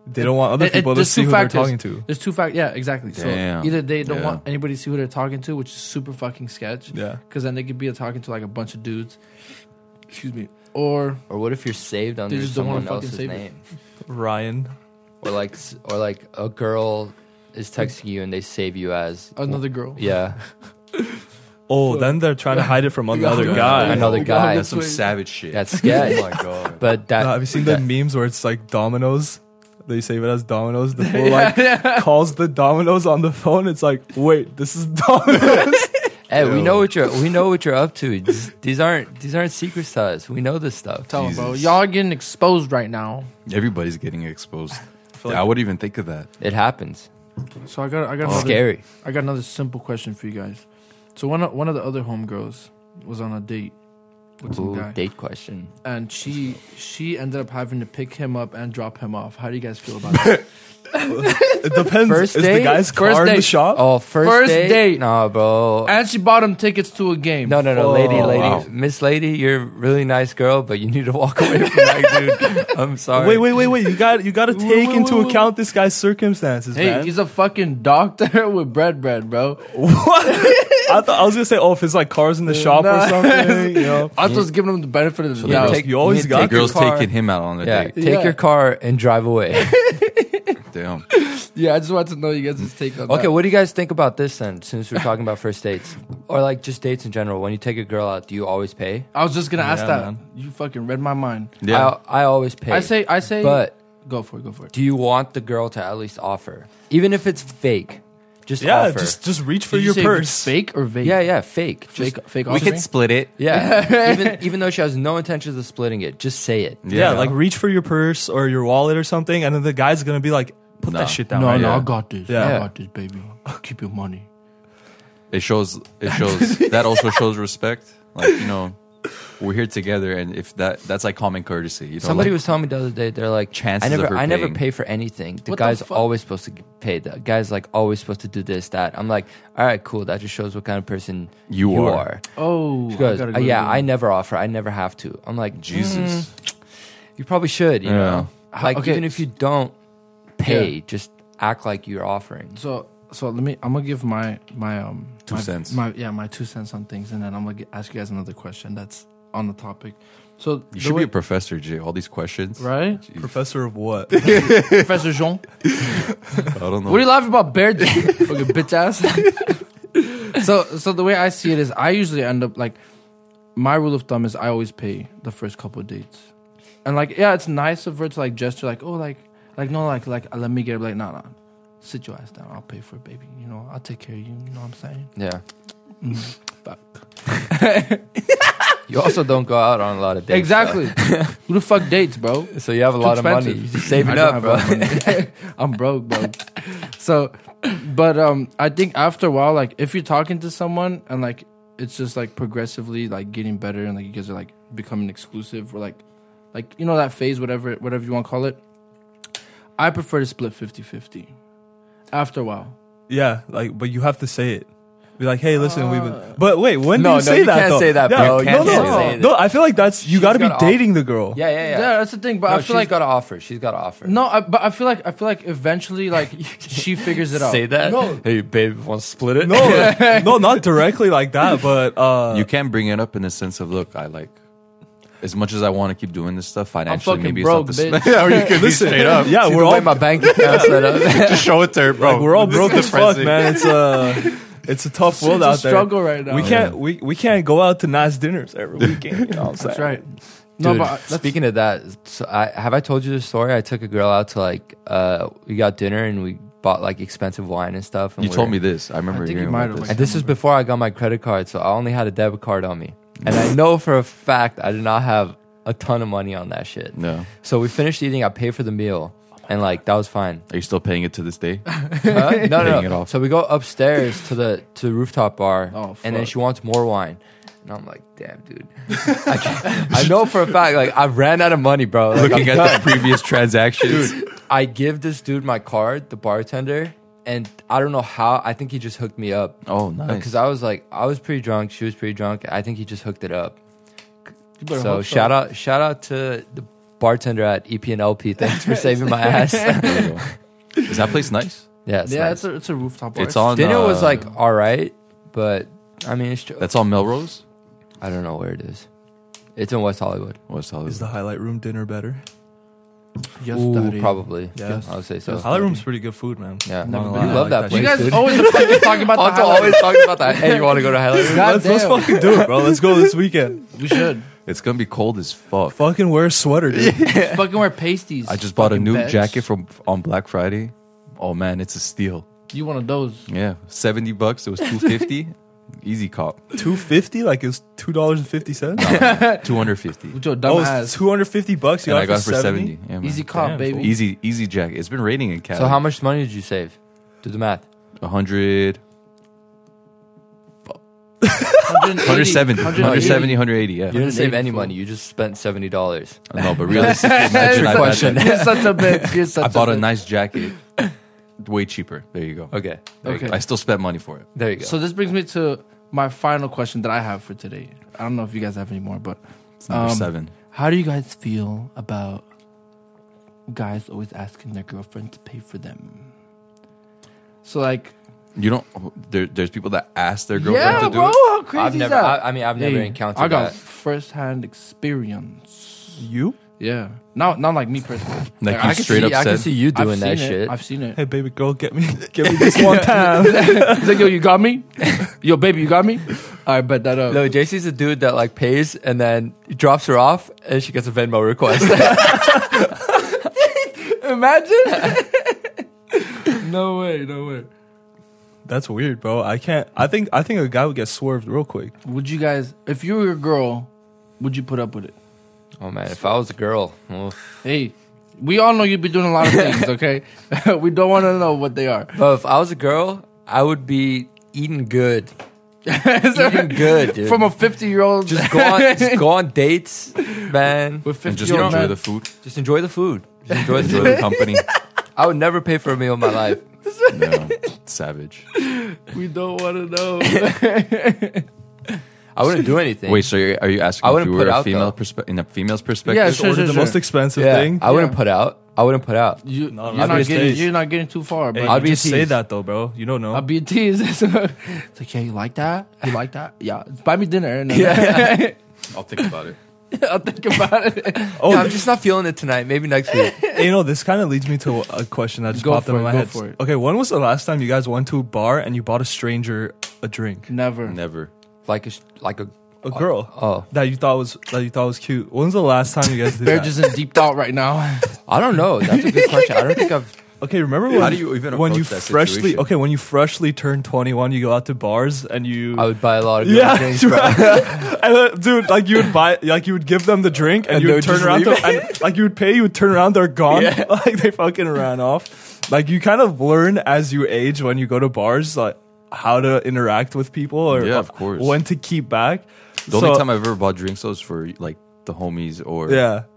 S3: They don't want other
S2: It- it-
S3: people to
S2: there's
S3: see
S2: two
S3: who
S2: factors.
S3: they're talking to.
S2: There's two fact. Yeah, exactly.
S1: Damn.
S2: So either they don't
S1: Yeah.
S2: want anybody to see who they're talking to, which is super fucking sketch,
S3: Yeah.
S2: because then they could be talking to like a bunch of dudes. Excuse me. Or
S4: or what if you're saved under
S2: just don't wanna
S4: someone
S2: fucking
S4: else's
S2: save it.
S4: name
S3: Ryan.
S4: or like s- or like a girl is texting you and they save you as
S2: another girl.
S4: yeah
S3: Oh, then they're trying to hide it from another
S2: Yeah.
S3: guy.
S4: Another
S2: Oh, God,
S4: guy.
S1: That's
S2: that's
S1: some
S2: way-
S1: savage shit.
S4: that's sketch
S1: oh my god.
S4: But that
S3: No, have you seen the
S4: that,
S3: memes where it's like dominoes? They save it as dominoes. The fool
S2: Yeah,
S3: like calls the dominoes on the phone. It's like, wait, this is dominoes.
S4: Hey, we know what you're we know what you're up to. These, these aren't these aren't secrets to us. We know this stuff.
S2: Tell 'em, bro.
S1: Jesus.
S2: Y'all are getting exposed right now.
S1: Everybody's getting exposed.
S3: feel like-
S1: I wouldn't even think of that.
S4: It happens.
S2: So I got I got
S4: It's
S2: another,
S4: Oh, scary.
S2: I got another simple question for you guys. So one of, one of the other homegirls was on a date with some
S4: Ooh,
S2: guy,
S4: date question.
S2: and she she ended up having to pick him up and drop him off. How do you guys feel about that?
S3: it depends.
S4: First
S3: is
S4: date?
S3: the guy's car
S2: First
S3: in the
S2: date.
S3: shop?
S4: Oh, first,
S2: First
S4: date?
S2: date.
S4: No, bro.
S2: and she bought him tickets to a game.
S4: No, no, no, lady,
S3: Oh,
S4: lady,
S1: wow.
S4: Miss Lady, you're a really nice girl, but you need to walk away from that dude. I'm sorry.
S3: wait, wait, wait, wait. You got you got to
S2: Wait,
S3: take
S2: wait,
S3: into
S2: wait, wait.
S3: account this guy's circumstances,
S2: Hey,
S3: man.
S2: he's a fucking doctor with bread, bread, bro.
S3: what? I thought I was gonna say, oh, if it's like cars in the shop
S2: Nah.
S3: or something, you know.
S2: I was just giving him the benefit of the
S1: they
S2: doubt.
S1: just-
S4: Take-
S3: you always
S4: need to
S3: got
S1: The
S4: take your
S1: girl's
S4: car-
S1: taking him out on a
S4: Yeah,
S1: date.
S4: take
S2: Yeah.
S4: your car and drive away.
S1: Damn.
S2: yeah, I just wanted to know you guys' take on
S4: Okay,
S2: that.
S4: what do you guys think about this then? Since we're talking about first dates, or like just dates in general, when you take a girl out, do you always pay?
S2: I was just gonna ask
S3: Yeah,
S2: that.
S3: man.
S2: You fucking read my mind.
S1: Yeah.
S4: I, I always pay.
S2: I say, I say,
S4: but
S2: go for it, go for it.
S4: do you want the girl to at least offer, even if it's fake? Just
S3: Yeah,
S4: offer.
S3: just just reach for
S2: Did you
S3: your
S2: say
S3: purse.
S2: fake or vape?
S4: yeah, yeah, fake.
S2: fake,
S4: Just,
S2: fake.
S1: we could split it.
S4: yeah. even even though she has no intentions of splitting it, just say it.
S1: Yeah.
S3: Yeah, like reach for your purse or your wallet or something, and then the guy's gonna be like, put
S1: Nah.
S3: that shit down.
S2: No,
S3: right
S2: no, I
S3: here.
S2: got this.
S3: Yeah.
S2: I got this, baby. I'll keep your money.
S1: It shows. It shows. that also shows respect. Like you know, we're here together, and if that that's like common courtesy. You know,
S4: Somebody
S1: like,
S4: was telling me the other day, they're like,
S1: Chances
S4: I
S1: of
S4: never,
S1: her
S4: I never
S1: paying.
S4: pay for anything. The
S2: What the
S4: guy's
S2: fuck?
S4: always supposed to pay. The guy's like always supposed to do this, that. I'm like, all right, cool. That just shows what kind of person
S1: You
S4: you
S1: are."
S4: are.
S2: Oh,
S4: She goes,
S2: I gotta
S4: "Uh,
S2: go
S4: yeah,
S2: to
S4: I
S2: the-
S4: never offer. I never have to. I'm like, "Mm,
S1: Jesus.
S4: You probably should, you
S1: Yeah.
S4: know. Like
S2: okay.
S4: even if you don't pay, just act like you're offering.
S2: So, so let me. I'm gonna give my my um
S1: Two
S2: my-
S1: cents.
S2: My yeah, my two cents on things, and then I'm gonna get, ask you guys another question that's on the topic. So
S1: You should be a professor, Jay. All these questions.
S2: right,
S3: Professor of what?
S2: Professor Jean.
S1: I don't know.
S2: What are you laughing about, bear? Fucking bitch ass. so, so the way I see it is, I usually end up like my rule of thumb is I always pay the first couple of dates, and like yeah, it's nice of her to like gesture like oh like like no like like let me get it. like no no, sit your ass down, I'll pay for it, baby. You know I'll take care of you. You know what I'm saying?
S4: Yeah.
S2: Mm, fuck.
S4: You also don't go out on a lot of dates.
S2: exactly. Who the fuck dates, bro?
S4: though. So you have a
S2: Too
S4: lot of
S2: expensive.
S4: money. You're saving
S2: I don't
S4: up,
S2: have
S4: bro.
S2: a lot of money. I'm broke, bro. So, but um, I think after a while, like if you're talking to someone and like it's just like progressively like getting better and like you guys are like becoming exclusive or like, like you know that phase, whatever, whatever you want to call it. I prefer to split 50-50 After a while,
S3: Yeah, like, but you have to say it. Be like, hey, listen, we've
S2: Ah.
S3: been. But wait, when do
S4: No, no,
S3: you say
S4: you
S3: that?
S4: can't
S3: though?
S4: say that,
S3: Yeah,
S4: bro. You
S3: No,
S4: can't
S3: no,
S4: say
S3: no. I feel like that's you got to
S4: gotta
S3: be
S4: offer.
S3: dating the girl.
S4: Yeah, yeah,
S2: yeah,
S4: yeah.
S2: that's the thing. But
S4: No,
S2: I
S4: she's
S2: feel like
S4: got to offer. She's got to offer.
S2: no, I, but I feel like I feel like eventually, like she figures it out.
S4: Say that.
S2: No,
S4: Hey, babe, want to split it?
S3: No, no, not directly like that, but uh,
S1: you can bring it up in the sense of look, I like as much as I want to keep doing this stuff
S2: I'm
S1: financially.
S2: fucking
S1: Maybe
S2: broke,
S1: it's not
S2: bitch.
S1: the sm- or you could be straight up.
S3: yeah,
S4: See the
S3: we're
S4: way
S3: all
S4: my bank account set up.
S1: just show it to her, bro.
S3: we're all
S1: This
S3: broke
S1: is
S3: as fuck,
S1: depressing.
S3: man. It's a it's a tough world
S2: it's a
S3: out there.
S2: struggle right now.
S3: We can't we, we can't go out to nice dinners every weekend. You know what I'm
S2: That's
S3: saying?
S2: right. No,
S4: Dude,
S2: but uh, I- that's,
S4: speaking of that, so I, have I told you the story? I took a girl out to like uh, we got dinner and we bought like expensive wine and stuff. And
S1: You
S4: we
S1: told
S4: were-
S1: me this. I remember
S2: I think you
S1: hearing
S2: might
S1: about
S2: have,
S1: this.
S2: like-
S4: And this is before I got my credit card, so I only had a debit card on me. And I know for a fact I did not have a ton of money on that shit.
S1: no.
S4: So we finished eating. I paid for the meal, and like that was fine.
S1: Are you still paying it to this day?
S4: Huh? No, no,
S1: Paying it
S4: no.
S1: off.
S4: So we go upstairs to the to the rooftop bar,
S2: Oh,
S4: and then
S2: fuck.
S4: she wants more wine. And I'm like, damn, dude. I, can't- I know for a fact, like, I ran out of money, bro. Like,
S1: Looking at the previous transactions.
S4: I give this dude my card, the bartender, and I don't know how. I think he just hooked me up.
S1: Oh, nice.
S4: Because I was like, I was pretty drunk. She was pretty drunk. I think he just hooked it up.
S2: you better
S4: so
S2: hope
S4: shout out, shout out to the bartender at EP and LP. Thanks for saving my ass. yeah,
S1: is that place nice?
S4: it's
S2: yeah,
S4: nice.
S2: it's a it's a rooftop. bar.
S1: It's on.
S4: Dinner was
S1: uh,
S4: like all right, but I mean, it's,
S1: that's on Melrose.
S4: I don't know where it is. It's in West Hollywood.
S1: What's all
S3: Is the highlight room dinner better?
S2: Yes,
S4: Ooh,
S2: daddy.
S4: probably.
S3: Yeah.
S4: I would say so.
S3: highlight room's pretty good food, man.
S4: Yeah,
S3: Not gonna
S4: you
S3: lie, I
S4: love
S3: like
S4: that
S3: that
S4: place.
S2: You guys
S4: dude.
S2: always are fucking talking about the
S4: Otto
S2: highlight.
S4: always talking about that. Hey, you want to go to Highlight? Room?
S2: God
S3: let's, let's
S2: damn.
S3: fucking do it, bro. Let's go this weekend.
S2: We should
S1: It's gonna be cold as fuck.
S3: Fucking wear a sweater, dude.
S2: fucking wear pasties.
S1: I just bought a
S2: Fucking
S1: new
S2: bitch.
S1: jacket from on Black Friday. Oh man, it's a steal.
S2: You one of those?
S1: Yeah, seventy bucks. It was two fifty. Easy cop.
S3: Two fifty, like it was two dollars and fifty cents.
S1: Two hundred fifty.
S2: With your dumb
S3: Oh,
S2: ass.
S3: two hundred fifty bucks. You
S1: And
S3: got,
S1: I got it
S3: for
S1: for
S3: seventy.
S1: seventy. Yeah, man.
S2: Easy cop,
S3: Damn,
S2: baby.
S1: Easy, easy jacket. It's been raining in Cali.
S4: So how much money did you save? Do the math.
S1: hundred?
S2: 180,
S1: 170, 170, 180,
S4: You
S1: yeah.
S4: didn't save any
S2: Unbelievable.
S4: money. You just spent seventy dollars.
S1: No, but realistically, imagine I, bought
S4: question.
S1: that-
S2: You're such a bitch. You're such
S1: I bought a
S2: bitch.
S1: nice jacket, way cheaper. There you go.
S4: Okay. There You
S2: Okay.
S4: go.
S1: I still spent money for it.
S4: There you go.
S2: So this brings me to my final question that I have for today. I don't know if you guys have any more, but
S1: It's number
S2: Um,
S1: seven.
S2: how do you guys feel about guys always asking their girlfriend to pay for them? So like,
S1: You don't. There, there's people that ask their girlfriend
S2: yeah,
S1: to do
S2: bro,
S1: it.
S2: how crazy
S4: I've
S2: is
S4: never.
S2: that?
S4: I, I mean, I've never
S2: Hey,
S4: encountered
S2: I got
S4: that.
S2: first-hand experience.
S3: You?
S2: Yeah, not not like me personally.
S1: Like,
S2: Like,
S1: you
S4: I can
S1: straight
S4: see.
S1: up
S4: I can
S1: said-
S4: see you
S2: I've
S4: doing that
S2: seen it.
S4: shit.
S2: I've seen it.
S3: Hey, baby girl, get me, get me this one time.
S2: He's like, yo, you got me? Yo, baby, you got me? I bet that up.
S4: No, JC's a dude that like pays and then drops her off and she gets a Venmo request.
S2: Imagine. no way, no way.
S3: That's weird, bro. I can't. I think. I think a guy would get swerved real quick.
S2: Would you guys, if you were a girl, would you put up with it?
S4: oh man, if I was a girl, oof.
S2: Hey, we all know you'd be doing a lot of things, okay? we don't want to know what they are.
S4: but if I was a girl, I would be eating good, eating
S2: From
S4: good, dude.
S2: a 50 year old.
S4: just go on, just go on dates, man.
S2: With 50
S1: and just
S2: year
S1: enjoy
S2: old.
S1: the food,
S4: Just enjoy the food. Just enjoy the
S1: enjoy
S4: food.
S1: the company.
S4: I would never pay for a meal in my life.
S1: Yeah, savage.
S2: We don't want to know.
S4: I wouldn't do anything.
S1: Wait, so you're, are you asking
S4: I
S1: if
S4: wouldn't
S1: you
S4: put
S1: were a
S4: out,
S1: female
S4: though.
S1: perspe- in a female's perspective?
S2: Yeah,
S3: Just
S2: sure,
S3: order
S2: sure,
S3: the
S2: sure.
S3: most expensive
S4: yeah,
S3: thing.
S4: I wouldn't
S2: Yeah.
S4: put out. I wouldn't put out.
S2: You,
S3: No,
S2: are
S3: no,
S2: not
S3: obvious
S2: getting,
S3: days.
S2: you're not getting too far,
S3: Hey,
S2: bro.
S3: you
S4: I'd be
S3: just say
S4: teased.
S3: that though, bro. You don't know.
S2: I'll be a tease. it's like, yeah, you like that? You like that? Yeah. Buy me dinner. And then
S1: I'll think about it.
S2: I'll think about it.
S3: oh,
S4: I'm just not feeling it tonight. Maybe next week.
S3: you know, this kind of leads me to a question that just
S2: Go
S3: popped
S2: for
S3: up
S2: it,
S3: in my
S2: go
S3: head.
S2: for it.
S3: Okay, when was the last time you guys went to a bar and you bought a stranger a drink?
S2: Never.
S1: Never.
S4: Like a sh- like a
S2: Uh,
S3: A girl
S4: oh.
S3: that you thought was that you thought was cute. When's the last time you guys did
S2: They're
S3: that?
S2: just in deep thought right now.
S4: I don't know. That's a good question. I don't think I've
S3: Okay, remember
S1: How
S3: when
S1: do you even
S3: when you
S1: approach that
S3: freshly
S1: situation?
S3: okay when you freshly turn twenty one, you go out to bars and you
S4: I would buy a lot of good
S3: yeah,
S4: things. bro.
S3: right. and, uh, dude, like you would buy like you would give them the drink and, you
S4: And they
S3: would
S4: would
S3: turn around
S4: just
S3: to,
S4: leave.
S3: and, like you would pay, you would turn around, they're gone, like they fucking ran off. Like you kind of learn as you age when you go to bars, like how to interact with people or
S1: Yeah, of course.
S3: when to keep back.
S1: The
S3: So-
S1: only time I've ever bought drinks was for like the homies or
S3: yeah.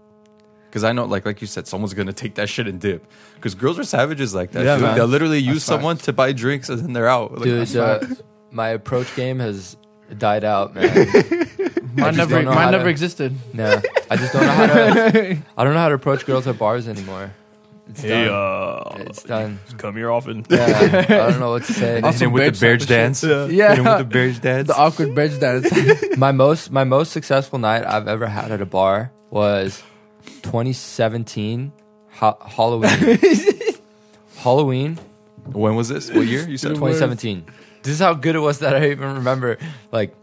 S1: Because I know, like, like you said, someone's gonna take that shit and dip. Because girls are savages like that.
S3: Yeah,
S1: dude.
S3: man.
S1: They'll literally use someone to buy drinks and then they're out. Like,
S4: Dude, uh, my approach game has died out, man.
S2: Mine
S4: just
S2: never,
S4: don't know
S2: mine
S4: how to-
S2: never existed.
S4: no, I just don't know how to. I don't know how to approach girls at bars anymore. It's
S3: Hey,
S4: done.
S3: uh,
S4: it's done.
S3: come here often.
S4: Yeah, I don't know what to say.
S2: Awesome.
S1: Hit him with
S2: babes
S1: the
S2: type
S1: bear
S2: of
S1: dance.
S3: Yeah.
S1: Hit him with the
S2: Yeah,
S1: bear dance.
S2: the awkward bridge dance.
S4: my most my most successful night I've ever had at a bar was 2017 ha- Halloween. Halloween
S1: when was this? What year? You said
S4: 2017. This is how good it was that I even remember. Like,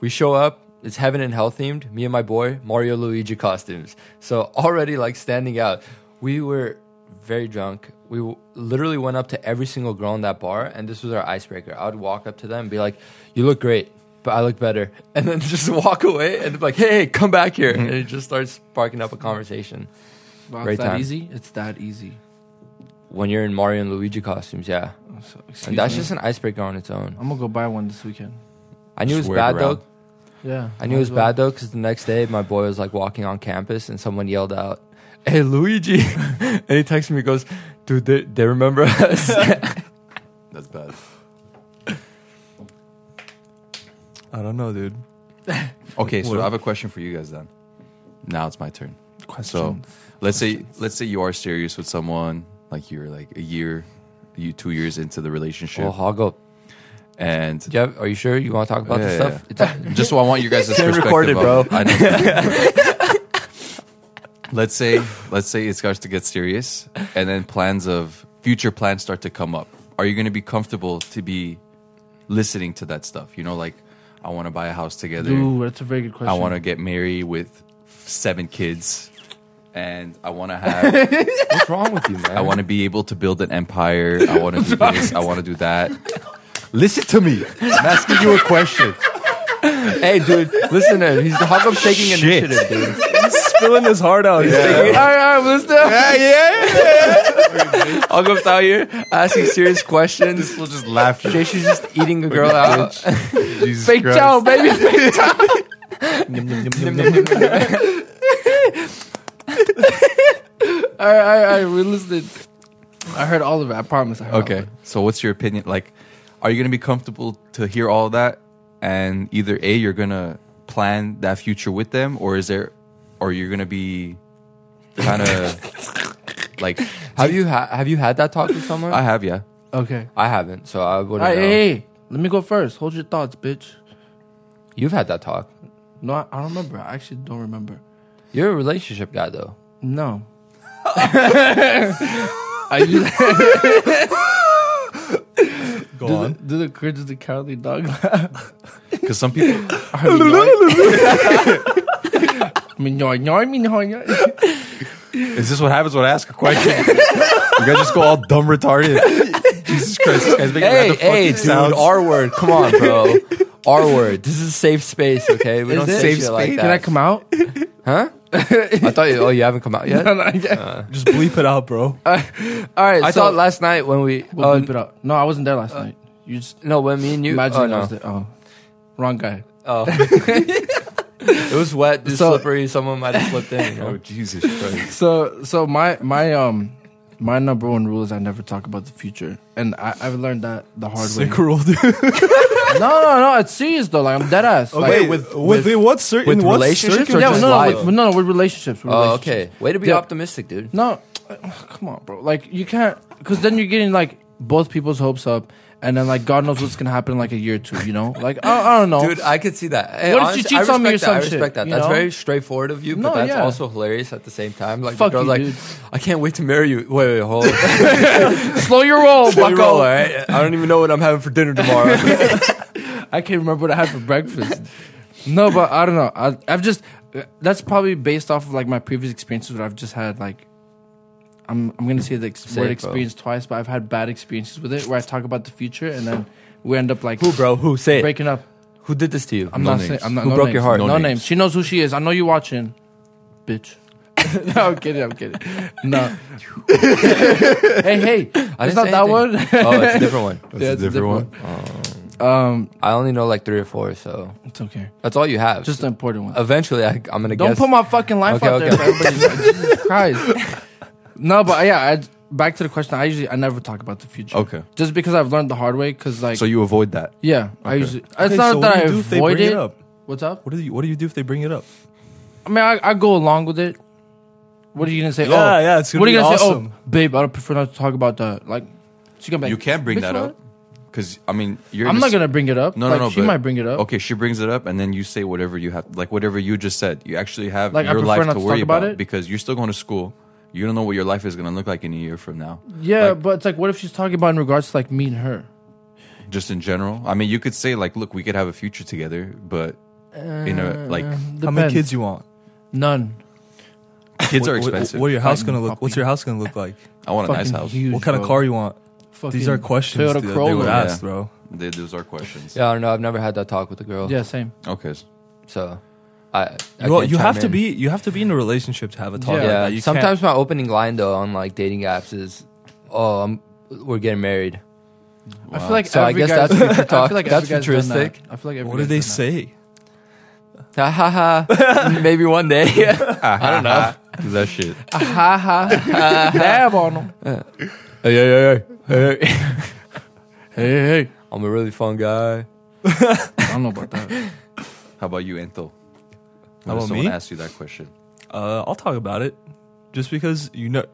S4: we show up. It's heaven and hell themed. Me and my boy Mario Luigi costumes. So already like standing out. We were very drunk. We w- literally went up to every single girl in that bar, and this was our icebreaker. I would walk up to them and be like, "You look great." But I look better, and then just walk away and be like, "Hey, come back here!"
S1: Mm-hmm.
S4: And it just starts sparking up a conversation.
S2: Wow,
S4: Great
S2: it's that
S4: time.
S2: easy. It's that easy.
S4: When you're in Mario and Luigi costumes, yeah,
S2: So,
S4: and
S2: excuse
S4: that's
S2: me.
S4: just an icebreaker on its own.
S2: I'm gonna go buy one this weekend.
S4: I knew it
S1: Just
S4: was
S1: wear it
S4: bad though,
S1: around.
S2: Yeah,
S4: I knew it was bad though because the next day my boy was like walking on campus and someone yelled out, "Hey Luigi!" and he texted me, goes, "Dude, they, they remember us."
S1: That's bad.
S3: I don't know, dude.
S1: Okay, so
S3: What?
S1: I have a question for you guys then. Now it's my turn. So
S3: Questions.
S1: let's say let's say you are serious with someone, like you're like a year, you two years into the relationship,
S4: oh, Hoggle,
S1: and
S4: Jeff, are you sure you want to talk about
S1: Yeah,
S4: this
S1: yeah,
S4: stuff? It's-
S1: just so I want you guys to
S3: Can't record it, bro.
S1: I know. let's say let's say it starts to get serious, and then plans of future plans start to come up. Are you going to be comfortable to be listening to that stuff? You know, like I want to buy a house together.
S2: Ooh, that's a very good question.
S1: I want to get married with seven kids, and I want to have.
S4: what's wrong with you, man?
S1: I want to be able to build an empire. I want to do this. I want to do that. Listen to me. I'm asking you a question.
S4: Hey, dude, listen to him. He's Hoggle's taking
S1: Shit.
S4: initiative, dude.
S3: He's spilling his heart out. He's
S2: All
S3: taking-
S2: right, all right, listen.
S1: Yeah, yeah.
S4: Hoggle's out here asking serious questions.
S1: We'll just laugh.
S4: Jay, she's just eating a girl out.
S1: Jesus
S2: Fake
S1: Christ.
S2: chow, baby.
S3: Yum, yum, yum, yum, yum.
S2: All right, all right, all right, we listened. I heard all of it. I promise. I heard all of
S1: Okay.
S2: it.
S1: So, what's your opinion? Like, are you gonna be comfortable to hear all that? And either a, you're gonna plan that future with them, or is there, or you're gonna be kind of like
S4: have you ha- have you had that talk with someone?
S1: I
S4: I,
S1: have, yeah.
S2: Okay.
S4: haven't, so I
S2: All
S4: wouldn't.
S2: right,
S4: know.
S2: hey, hey, let me go first. Hold your thoughts, bitch.
S4: You've had that talk.
S2: No, I, I don't remember. I actually don't remember.
S4: You're a relationship guy, though.
S2: No. I use,
S3: Go
S2: do,
S3: on.
S2: the, do the courage of the cowardly dog.
S1: Because some people,
S2: Minyoy, nyoy, minyoy, nyoy.
S1: is this what happens when I ask a question? you guys just go all dumb retarded. Jesus Christ, this guy's making
S4: Hey,
S1: random fucking
S4: hey, dude,
S1: sounds.
S4: R word. Come on, bro. R word. This is a safe space, okay? We
S2: Is
S4: don't
S2: it?
S4: say
S2: Safe
S4: shit like
S1: space?
S4: that.
S2: Can I come out?
S4: Huh? I thought you. Oh, you haven't come out yet.
S2: No, no, yeah.
S3: Just bleep it out, bro.
S2: all right.
S4: Uh. I
S2: so,
S4: thought last night when we.
S2: We'll
S4: oh,
S2: bleep it out. No, I wasn't there last night. You just
S4: no, when me and you.
S2: imagine
S4: oh,
S2: I
S4: no.
S2: was there. Oh, wrong guy.
S4: Oh. it was wet. It was
S2: So-
S4: slippery. Someone might have slipped in. You
S1: Oh
S4: know?
S1: Jesus Christ!
S2: So, so my my um my number one rule is I never talk about the future, and I, I've learned that the hard
S3: Sick
S2: way.
S3: rule, dude.
S2: No, no, no. It's serious though. Like I'm dead ass. Like,
S3: Wait,
S4: with-
S3: with, with, what certain
S4: with
S3: in what
S4: relationships
S3: circum-
S4: or
S2: yeah,
S4: just
S2: no, no,
S4: live?
S2: with, no, no, with relationships. With
S4: Oh,
S2: relationships.
S4: okay. Way to be
S2: Yeah.
S4: optimistic, dude.
S2: No, come on, bro. Like you can't, because then you're getting like both people's hopes up, and then like God knows what's gonna happen in like a year or two. You know, like I, I don't know.
S4: Dude, I could see that. Hey,
S2: What if she
S4: honestly, I
S2: cheats on me
S4: respect
S2: or
S4: that. I
S2: some shit,
S4: respect that.
S2: you
S4: That's
S2: know?
S4: very straightforward of you, but
S2: No,
S4: that's
S2: yeah.
S4: also hilarious at the same time. Like,
S2: Fuck
S4: the girl's
S2: you,
S4: like,
S2: dude.
S4: I can't wait to marry you. Wait, wait, hold on.
S2: slow your roll,
S4: Slow
S2: bucko.
S4: your roll, all right? I don't even know what I'm having for dinner tomorrow.
S2: I can't remember what I had for breakfast. no, but I don't know. I, I've just that's probably based off of like my previous experiences that I've just had like I'm I'm gonna say the ex-
S4: Say
S2: word
S4: it, bro.
S2: experience twice, but I've had bad experiences with it where I talk about the future and then we end up like
S4: Who, bro? Who? Say it.
S2: breaking up.
S4: Who did this to you?
S2: I'm
S1: No
S2: not
S1: names.
S2: saying I'm not
S4: Who
S2: no
S4: broke
S2: names.
S4: your heart?
S2: No,
S1: No
S2: names.
S1: names.
S2: She knows who she is. I know you're watching, bitch. no, I'm kidding. I'm kidding. No. hey, hey,
S4: I
S2: it's
S4: didn't
S2: not
S4: say
S2: that
S4: anything.
S2: one.
S4: oh, it's a different one.
S1: That's
S2: Yeah,
S1: a
S2: it's a
S1: different one.
S2: different Um,
S4: I only know like three or four, so
S2: it's okay.
S4: that's all you have.
S2: Just the important one.
S4: eventually, I, I'm gonna
S2: Don't
S4: guess.
S2: put my fucking life
S4: Okay,
S2: out
S4: okay.
S2: there. For everybody. Jesus Christ. No, but yeah, I, back to the question. I usually I never talk about the future.
S1: Okay.
S2: Just because I've learned the hard way. Because like
S1: So you avoid that.
S2: yeah, I
S1: Okay.
S2: usually it's
S3: Okay,
S2: not
S3: so
S2: that I
S3: what do you do if they
S2: avoid
S3: bring
S2: it.
S3: it up?
S2: What's up?
S3: What do you What do you do if they bring it up?
S2: I mean, I, I go along with it. What are you gonna say?
S3: Yeah,
S2: oh,
S3: yeah, it's gonna
S2: what are you
S3: be
S2: gonna
S3: awesome.
S2: say? Oh, babe, I don't prefer not to talk about that. Like, she gonna be like,
S1: You can't bring
S2: "Bitch,
S1: that
S2: what?"
S1: up because I mean you're.
S2: I'm
S1: just-
S2: not gonna bring it up.
S1: No,
S2: like,
S1: no, no.
S2: She
S1: but-
S2: might bring it up.
S1: Okay, she brings it up, and then you say whatever you have, like whatever you just said. You actually have
S2: Like, I
S1: your
S2: prefer
S1: life
S2: not
S1: to
S2: to
S1: worry
S2: talk about
S1: about,
S2: it.
S1: because you're still going to school. You don't know what your life is going to look like in a year from now,
S2: Yeah,
S1: like-
S2: but it's like, what if she's talking about in regards to like me and her?
S1: just in general. I mean, you could say like, "Look, we could have a future together," but you know, like
S3: How many
S2: Uh, Depends.
S3: kids you want?
S2: None.
S1: kids are
S3: What- what-
S1: expensive.
S3: What, your house gonna look?
S2: Fucking
S3: What's your house gonna look like?
S1: I want a nice
S2: Fucking
S1: house.
S2: huge,
S3: What kind of
S2: bro.
S3: car you want? These are
S2: Fucking
S3: questions
S2: Toyota
S3: that they
S2: Corolla.
S3: were asked,
S1: Yeah.
S3: bro.
S1: Th- Those are questions.
S4: Yeah, I don't know. I've never had that talk with a girl.
S2: Yeah, same.
S1: Okay. s-
S4: So, I. I
S3: Well,
S4: can't
S3: you
S4: chime
S3: have to
S4: in.
S3: be you have to be in a relationship to have a talk.
S2: Yeah.
S3: like
S4: Yeah.
S3: that. You can't-
S4: Sometimes my opening line though on like dating apps is, "Oh, I'm, we're getting married."
S2: I feel like
S4: So I
S2: every
S4: guess
S2: guy's-
S4: that's future
S2: I
S4: talk.
S2: feel like
S4: That's
S2: every guy's done that.
S4: futuristic.
S2: I feel like every
S3: What do
S2: guy's
S3: they
S2: done
S3: say?
S4: Ha ha ha. Maybe one day. I don't know.
S1: Do that shit.
S2: that. Ha ha. Dab on them.
S4: Hey, hey, hey, hey.
S2: Hey hey.
S4: I'm a really fun guy.
S2: I don't know about that.
S1: How about you, Ento?
S3: How
S1: What if
S3: about
S1: someone
S3: me?
S1: asks you that question?
S3: Uh, I'll talk about it, just because you know,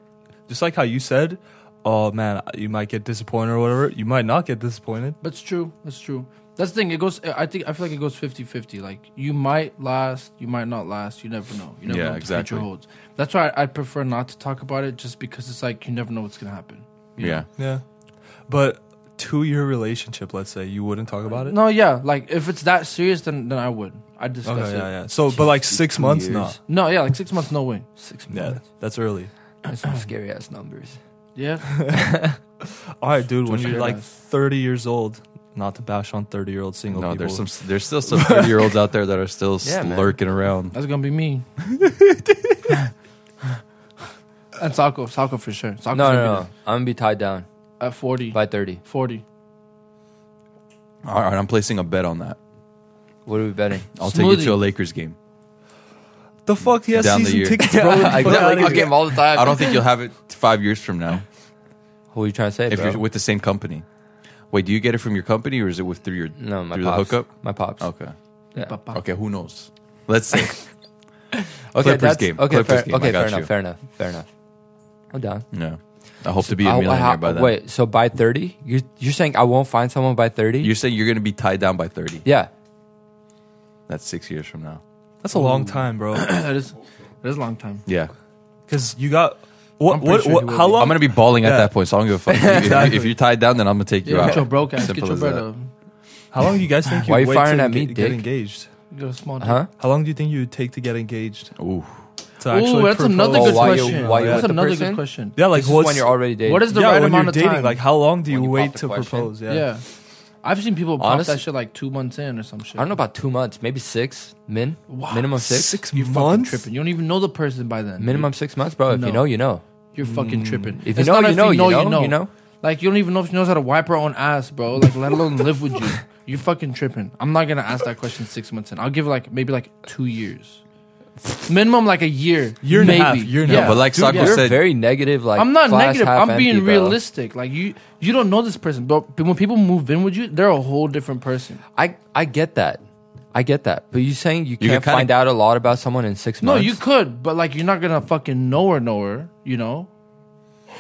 S3: just like how you said, oh man, you might get disappointed or whatever. You might not get disappointed.
S2: But it's true. That's true. That's the thing. It goes. I think. I feel like it goes 50-50. Like you might last, you might not last. You never know. You never
S1: Yeah,
S2: know what the
S1: exactly.
S2: future holds. That's why I, I prefer not to talk about it, just because it's like you never know what's gonna happen.
S1: Yeah.
S3: Yeah, but to your relationship, let's say you wouldn't talk about it.
S2: No, yeah. Like if it's that serious, then then I would. I would discuss
S3: Okay,
S2: it.
S3: yeah, yeah. So, but like six
S4: Two
S3: months,
S4: years.
S3: nah.
S2: No, yeah. Like six months, no way.
S4: Six
S3: Yeah,
S4: months.
S3: that's early.
S4: That's some scary ass numbers.
S2: Yeah.
S3: All right, dude. When
S2: Just
S3: you're
S2: hear
S3: like
S2: that.
S3: 30 years old, not to bash on 30 year old single
S1: No,
S3: people.
S1: there's some. There's still some thirty year olds out there that are still
S4: Yeah, man.
S1: lurking around.
S2: That's gonna be me. and Sako, Sako for sure. Sako
S4: No, no, no. I'm gonna be tied down
S2: At 40.
S4: by 30.
S2: 40.
S1: All right, I'm placing a bet on that.
S4: What are we betting?
S1: I'll take you
S2: Smoothie.
S1: to a Lakers game.
S3: the fuck? Yes,
S1: Down the
S3: season
S1: year.
S3: tickets, bro.
S4: I
S3: Fuck
S4: get
S3: outta
S4: like
S3: here.
S4: this game all the time.
S1: I don't think you'll have it five years from now
S4: Who are you trying to say,
S1: if
S4: bro?
S1: you're with the same company. Wait, do you get it from your company or is it with through your
S4: no, my
S1: through
S4: pops.
S1: the hookup?
S4: My pops.
S1: Okay,
S4: Yeah.
S2: Papa.
S1: okay, who knows? Let's see.
S4: Okay,
S1: Clippers
S4: that's-
S1: game.
S4: Okay,
S1: Clippers
S4: fair,
S1: game, I
S4: okay,
S1: got
S4: fair
S1: you.
S4: enough. Fair enough. Fair enough. I'm down.
S1: no, I hope to be a
S4: I'll- I'll-
S1: millionaire by then.
S4: Wait, so by 30? You're, you're saying I won't find someone by 30?
S1: you're saying you're going to be tied down by thirty?
S4: yeah.
S1: That's six years from now.
S3: That's a long time, bro.
S2: that is that is a long time.
S1: Yeah,
S3: Because you got what?
S2: I'm pretty
S3: What?
S2: sure
S3: what
S2: he will
S3: how
S2: be.
S3: long?
S1: I'm going to be balling at
S3: Yeah.
S1: that point, so I don't give a fuck. If you- if,
S3: Exactly.
S1: you, are tied down, then I'm going to take you
S2: Yeah,
S1: out.
S2: get your broke ass. Get
S1: Simple
S2: your
S1: as
S2: bread
S1: that.
S2: up.
S3: how long do you guys think?
S4: Why
S3: you'd
S4: you
S3: wait to
S4: firing at me,
S3: get, get
S4: dick?
S3: engaged?
S2: Get a small dick.
S4: Huh?
S3: How long do you think you would take to get engaged?
S1: Ooh,
S3: To
S2: Ooh,
S3: actually
S2: that's
S3: propose?
S2: another
S4: Oh,
S2: good
S4: why you-
S2: question.
S4: why you
S2: that's
S4: with the
S2: another
S4: person?
S2: good question.
S3: Yeah, like
S4: This is
S3: what's
S4: when you're already dating.
S2: What is the
S3: yeah,
S2: right
S3: when
S2: amount
S3: you're
S2: of
S3: dating,
S2: time?
S3: Like, how long do
S4: When
S3: you,
S4: you
S3: wait
S4: pop the
S3: to
S4: question.
S3: propose?
S2: yeah.
S3: Yeah.
S2: I've seen people pop
S4: Honest-
S2: that shit like two months in or some shit.
S4: I don't know about two months, maybe six. Min?
S2: Wow.
S4: Minimum six?
S3: Six
S2: You're fucking
S3: months.
S2: tripping. You don't even know the person by then.
S4: Minimum six months, bro. If
S2: No.
S4: you know, you know.
S2: You're fucking tripping.
S4: Mm. If you
S2: It's
S4: know,
S2: not
S4: you know, you know,
S2: you know.
S4: you know.
S2: Like you don't even know if she knows how to wipe her own ass, bro. Like let alone live with you. You're fucking tripping. I'm not gonna ask that question six months in. I'll give it like maybe like two years, minimum like a year,
S3: Year and a
S2: maybe.
S3: half, year and a
S2: yeah.
S1: No, but like Sako
S4: You're
S1: said,
S4: very negative. Like
S2: I'm not
S4: glass
S2: negative.
S4: half
S2: I'm being
S4: empty, bro.
S2: realistic. Like you, you don't know this person, but when people move in with you, they're a whole different person.
S4: I I get that. I get that. But you saying you
S1: can
S4: can't
S1: kinda-
S4: find out a lot about someone in six
S2: No,
S4: months?
S2: you could, but like you're not gonna fucking know her, know her. You know,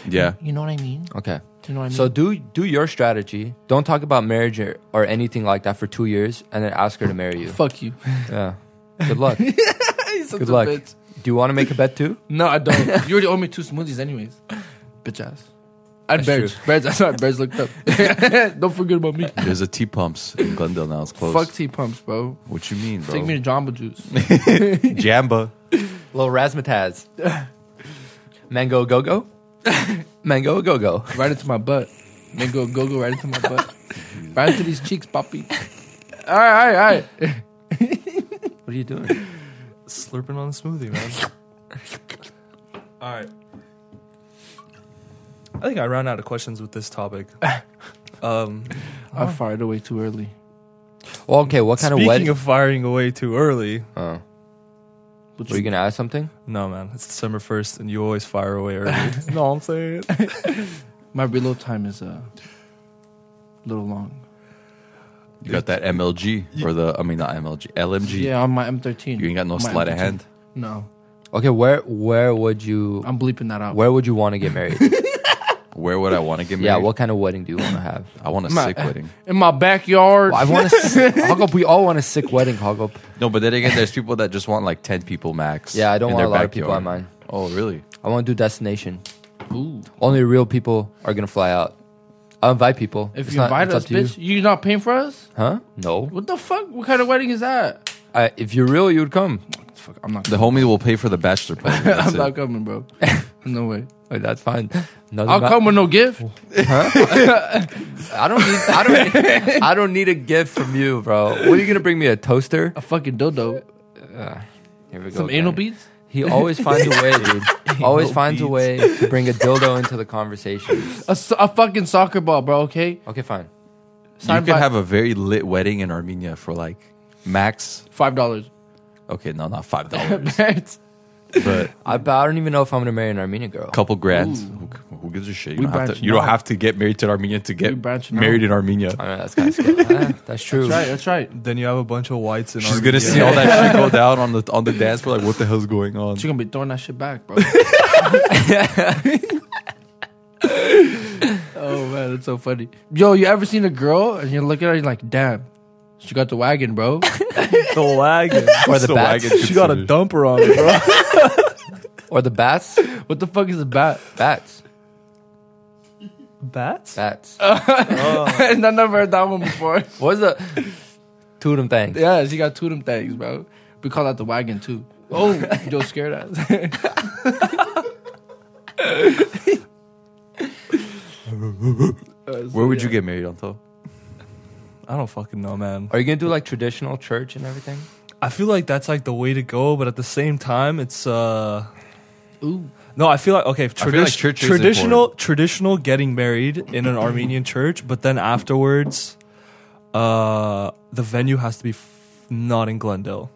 S1: yeah.
S2: you know what I mean.
S4: Okay.
S2: You know what I mean.
S4: So do do your strategy. Don't talk about marriage or, or anything like that for two years, and then ask her to marry you.
S2: fuck you.
S4: Yeah. Good luck.
S2: Good
S4: Good luck. Do you want to make a bet too?
S2: No, I don't. you already owe me two smoothies, anyways. Bitch ass. And
S4: That's
S2: birds. Birds. That's why birds looked up. don't forget about me.
S1: There's a T pumps in Glendale now. It's closed.
S2: Fuck tea pumps, bro.
S1: What you mean, bro?
S2: Take me to Jamba Juice.
S1: Jamba.
S4: Little razzmatazz. Mango go go. Mango, go go.
S2: right into my butt. Then go go go right into my butt. right into these cheeks, Poppy. All right, all right, all right.
S4: What are you doing?
S3: Slurping on a smoothie, man. All right. I think I ran out of questions with this topic. Um,
S2: I fired away too early.
S4: Well, okay. What kind
S3: speaking
S4: of wedding?
S3: of firing away too early,
S4: oh.
S2: Which
S4: Were you gonna ask something?
S3: no, man, it's December first, and you always fire away early. no, I'm saying.
S2: my reload time is uh, a little long.
S1: You got that MLG or the I mean not MLG LMG.
S2: Yeah, on my M13.
S1: You ain't got no
S2: My
S1: sleight of
S2: M13.
S1: hand.
S2: No,
S4: Okay, where where would you
S2: I'm bleeping that out.
S4: where would you want to get married?
S1: Where would I want to get married?
S4: yeah, what kind of wedding do you want to have?
S1: I want a
S2: My-
S1: sick wedding.
S2: In my backyard.
S4: Well, I want to. Hogop, we all want a sick wedding. Hogop.
S1: No, but then again, there's people that just want like ten people max.
S4: Yeah, I don't
S1: in
S4: want
S1: their
S4: a lot of people on
S1: backyard.
S4: mine.
S1: Oh, really?
S4: I want to do destination.
S2: Ooh.
S4: Only real people are gonna fly out. I'll invite people.
S2: If
S4: It's
S2: you
S4: not-
S2: invite
S4: it's up
S2: us,
S4: to you.
S2: bitch, you. are not paying for us?
S4: huh? No.
S2: What the fuck? What kind of wedding is that?
S4: I, if you're real, you would come.
S2: Fuck, I'm not.
S1: The homie will pay for the bachelor party. That's
S2: I'm
S1: it.
S2: not coming, bro. No way.
S4: Like, that's fine. Another
S2: I'll
S4: ma-
S2: come with no gift.
S1: Oh.
S4: I don't need. I don't. Need, I don't need a gift from you, bro. What are you gonna bring me? A toaster?
S2: A fucking dildo.
S4: Here we go.
S2: Some
S4: again.
S2: anal beads.
S4: He always finds a way, dude. always
S3: Anal
S4: finds a
S3: beads.
S4: way to bring a dildo into the conversation.
S2: A, so- a fucking soccer ball, bro. Okay.
S4: Okay, fine.
S1: you
S2: Signed
S1: could
S2: by-
S1: have a very lit wedding in Armenia for like max.
S2: Five dollars.
S1: Okay, no, not five dollars,
S2: we
S1: but
S4: I, but I don't even know if I'm gonna marry an Armenian girl.
S1: a couple grand. Who, who gives a shit? You,
S2: We
S1: don't have, to,
S2: branching
S1: you don't
S2: out.
S1: have to get married to an Armenian to
S2: We
S1: get
S2: branching
S1: married
S2: out.
S1: in Armenia.
S4: I mean, that's kind of that's true.
S2: That's right. That's right.
S3: then you have a bunch of whites, and
S1: She's gonna see all that shit go down on the on the dance floor. Like, what the hell's going on?
S2: She's gonna be throwing that shit back, bro. oh man, that's so funny. Yo, you ever seen a girl and you look at her and you're like, damn, she got the wagon, bro.
S3: the wagon.
S1: Or the
S4: bats.
S1: wagon
S3: She got a
S1: considered?
S3: dumper on it, bro.
S4: Or the bats,
S2: what the fuck is a bat?
S4: bats,
S3: Bats?
S4: bats.
S2: Uh.
S1: Oh.
S2: and I never heard that one before.
S4: What's the two of them things?
S2: yeah, she got two of them things, bro. We call that the wagon too. Oh, yo, scared ass.
S1: Where would you get married, Anto?
S3: I don't fucking know, man.
S4: Are you gonna do like traditional church and everything?
S3: I feel like that's like the way to go, but at the same time, it's uh.
S2: Ooh.
S3: No, I feel like okay. If
S1: feel like
S3: tradi-
S1: church is
S3: traditional,
S1: important.
S3: traditional getting married in an Armenian church, but then afterwards, uh, the venue has to be f- not in Glendale.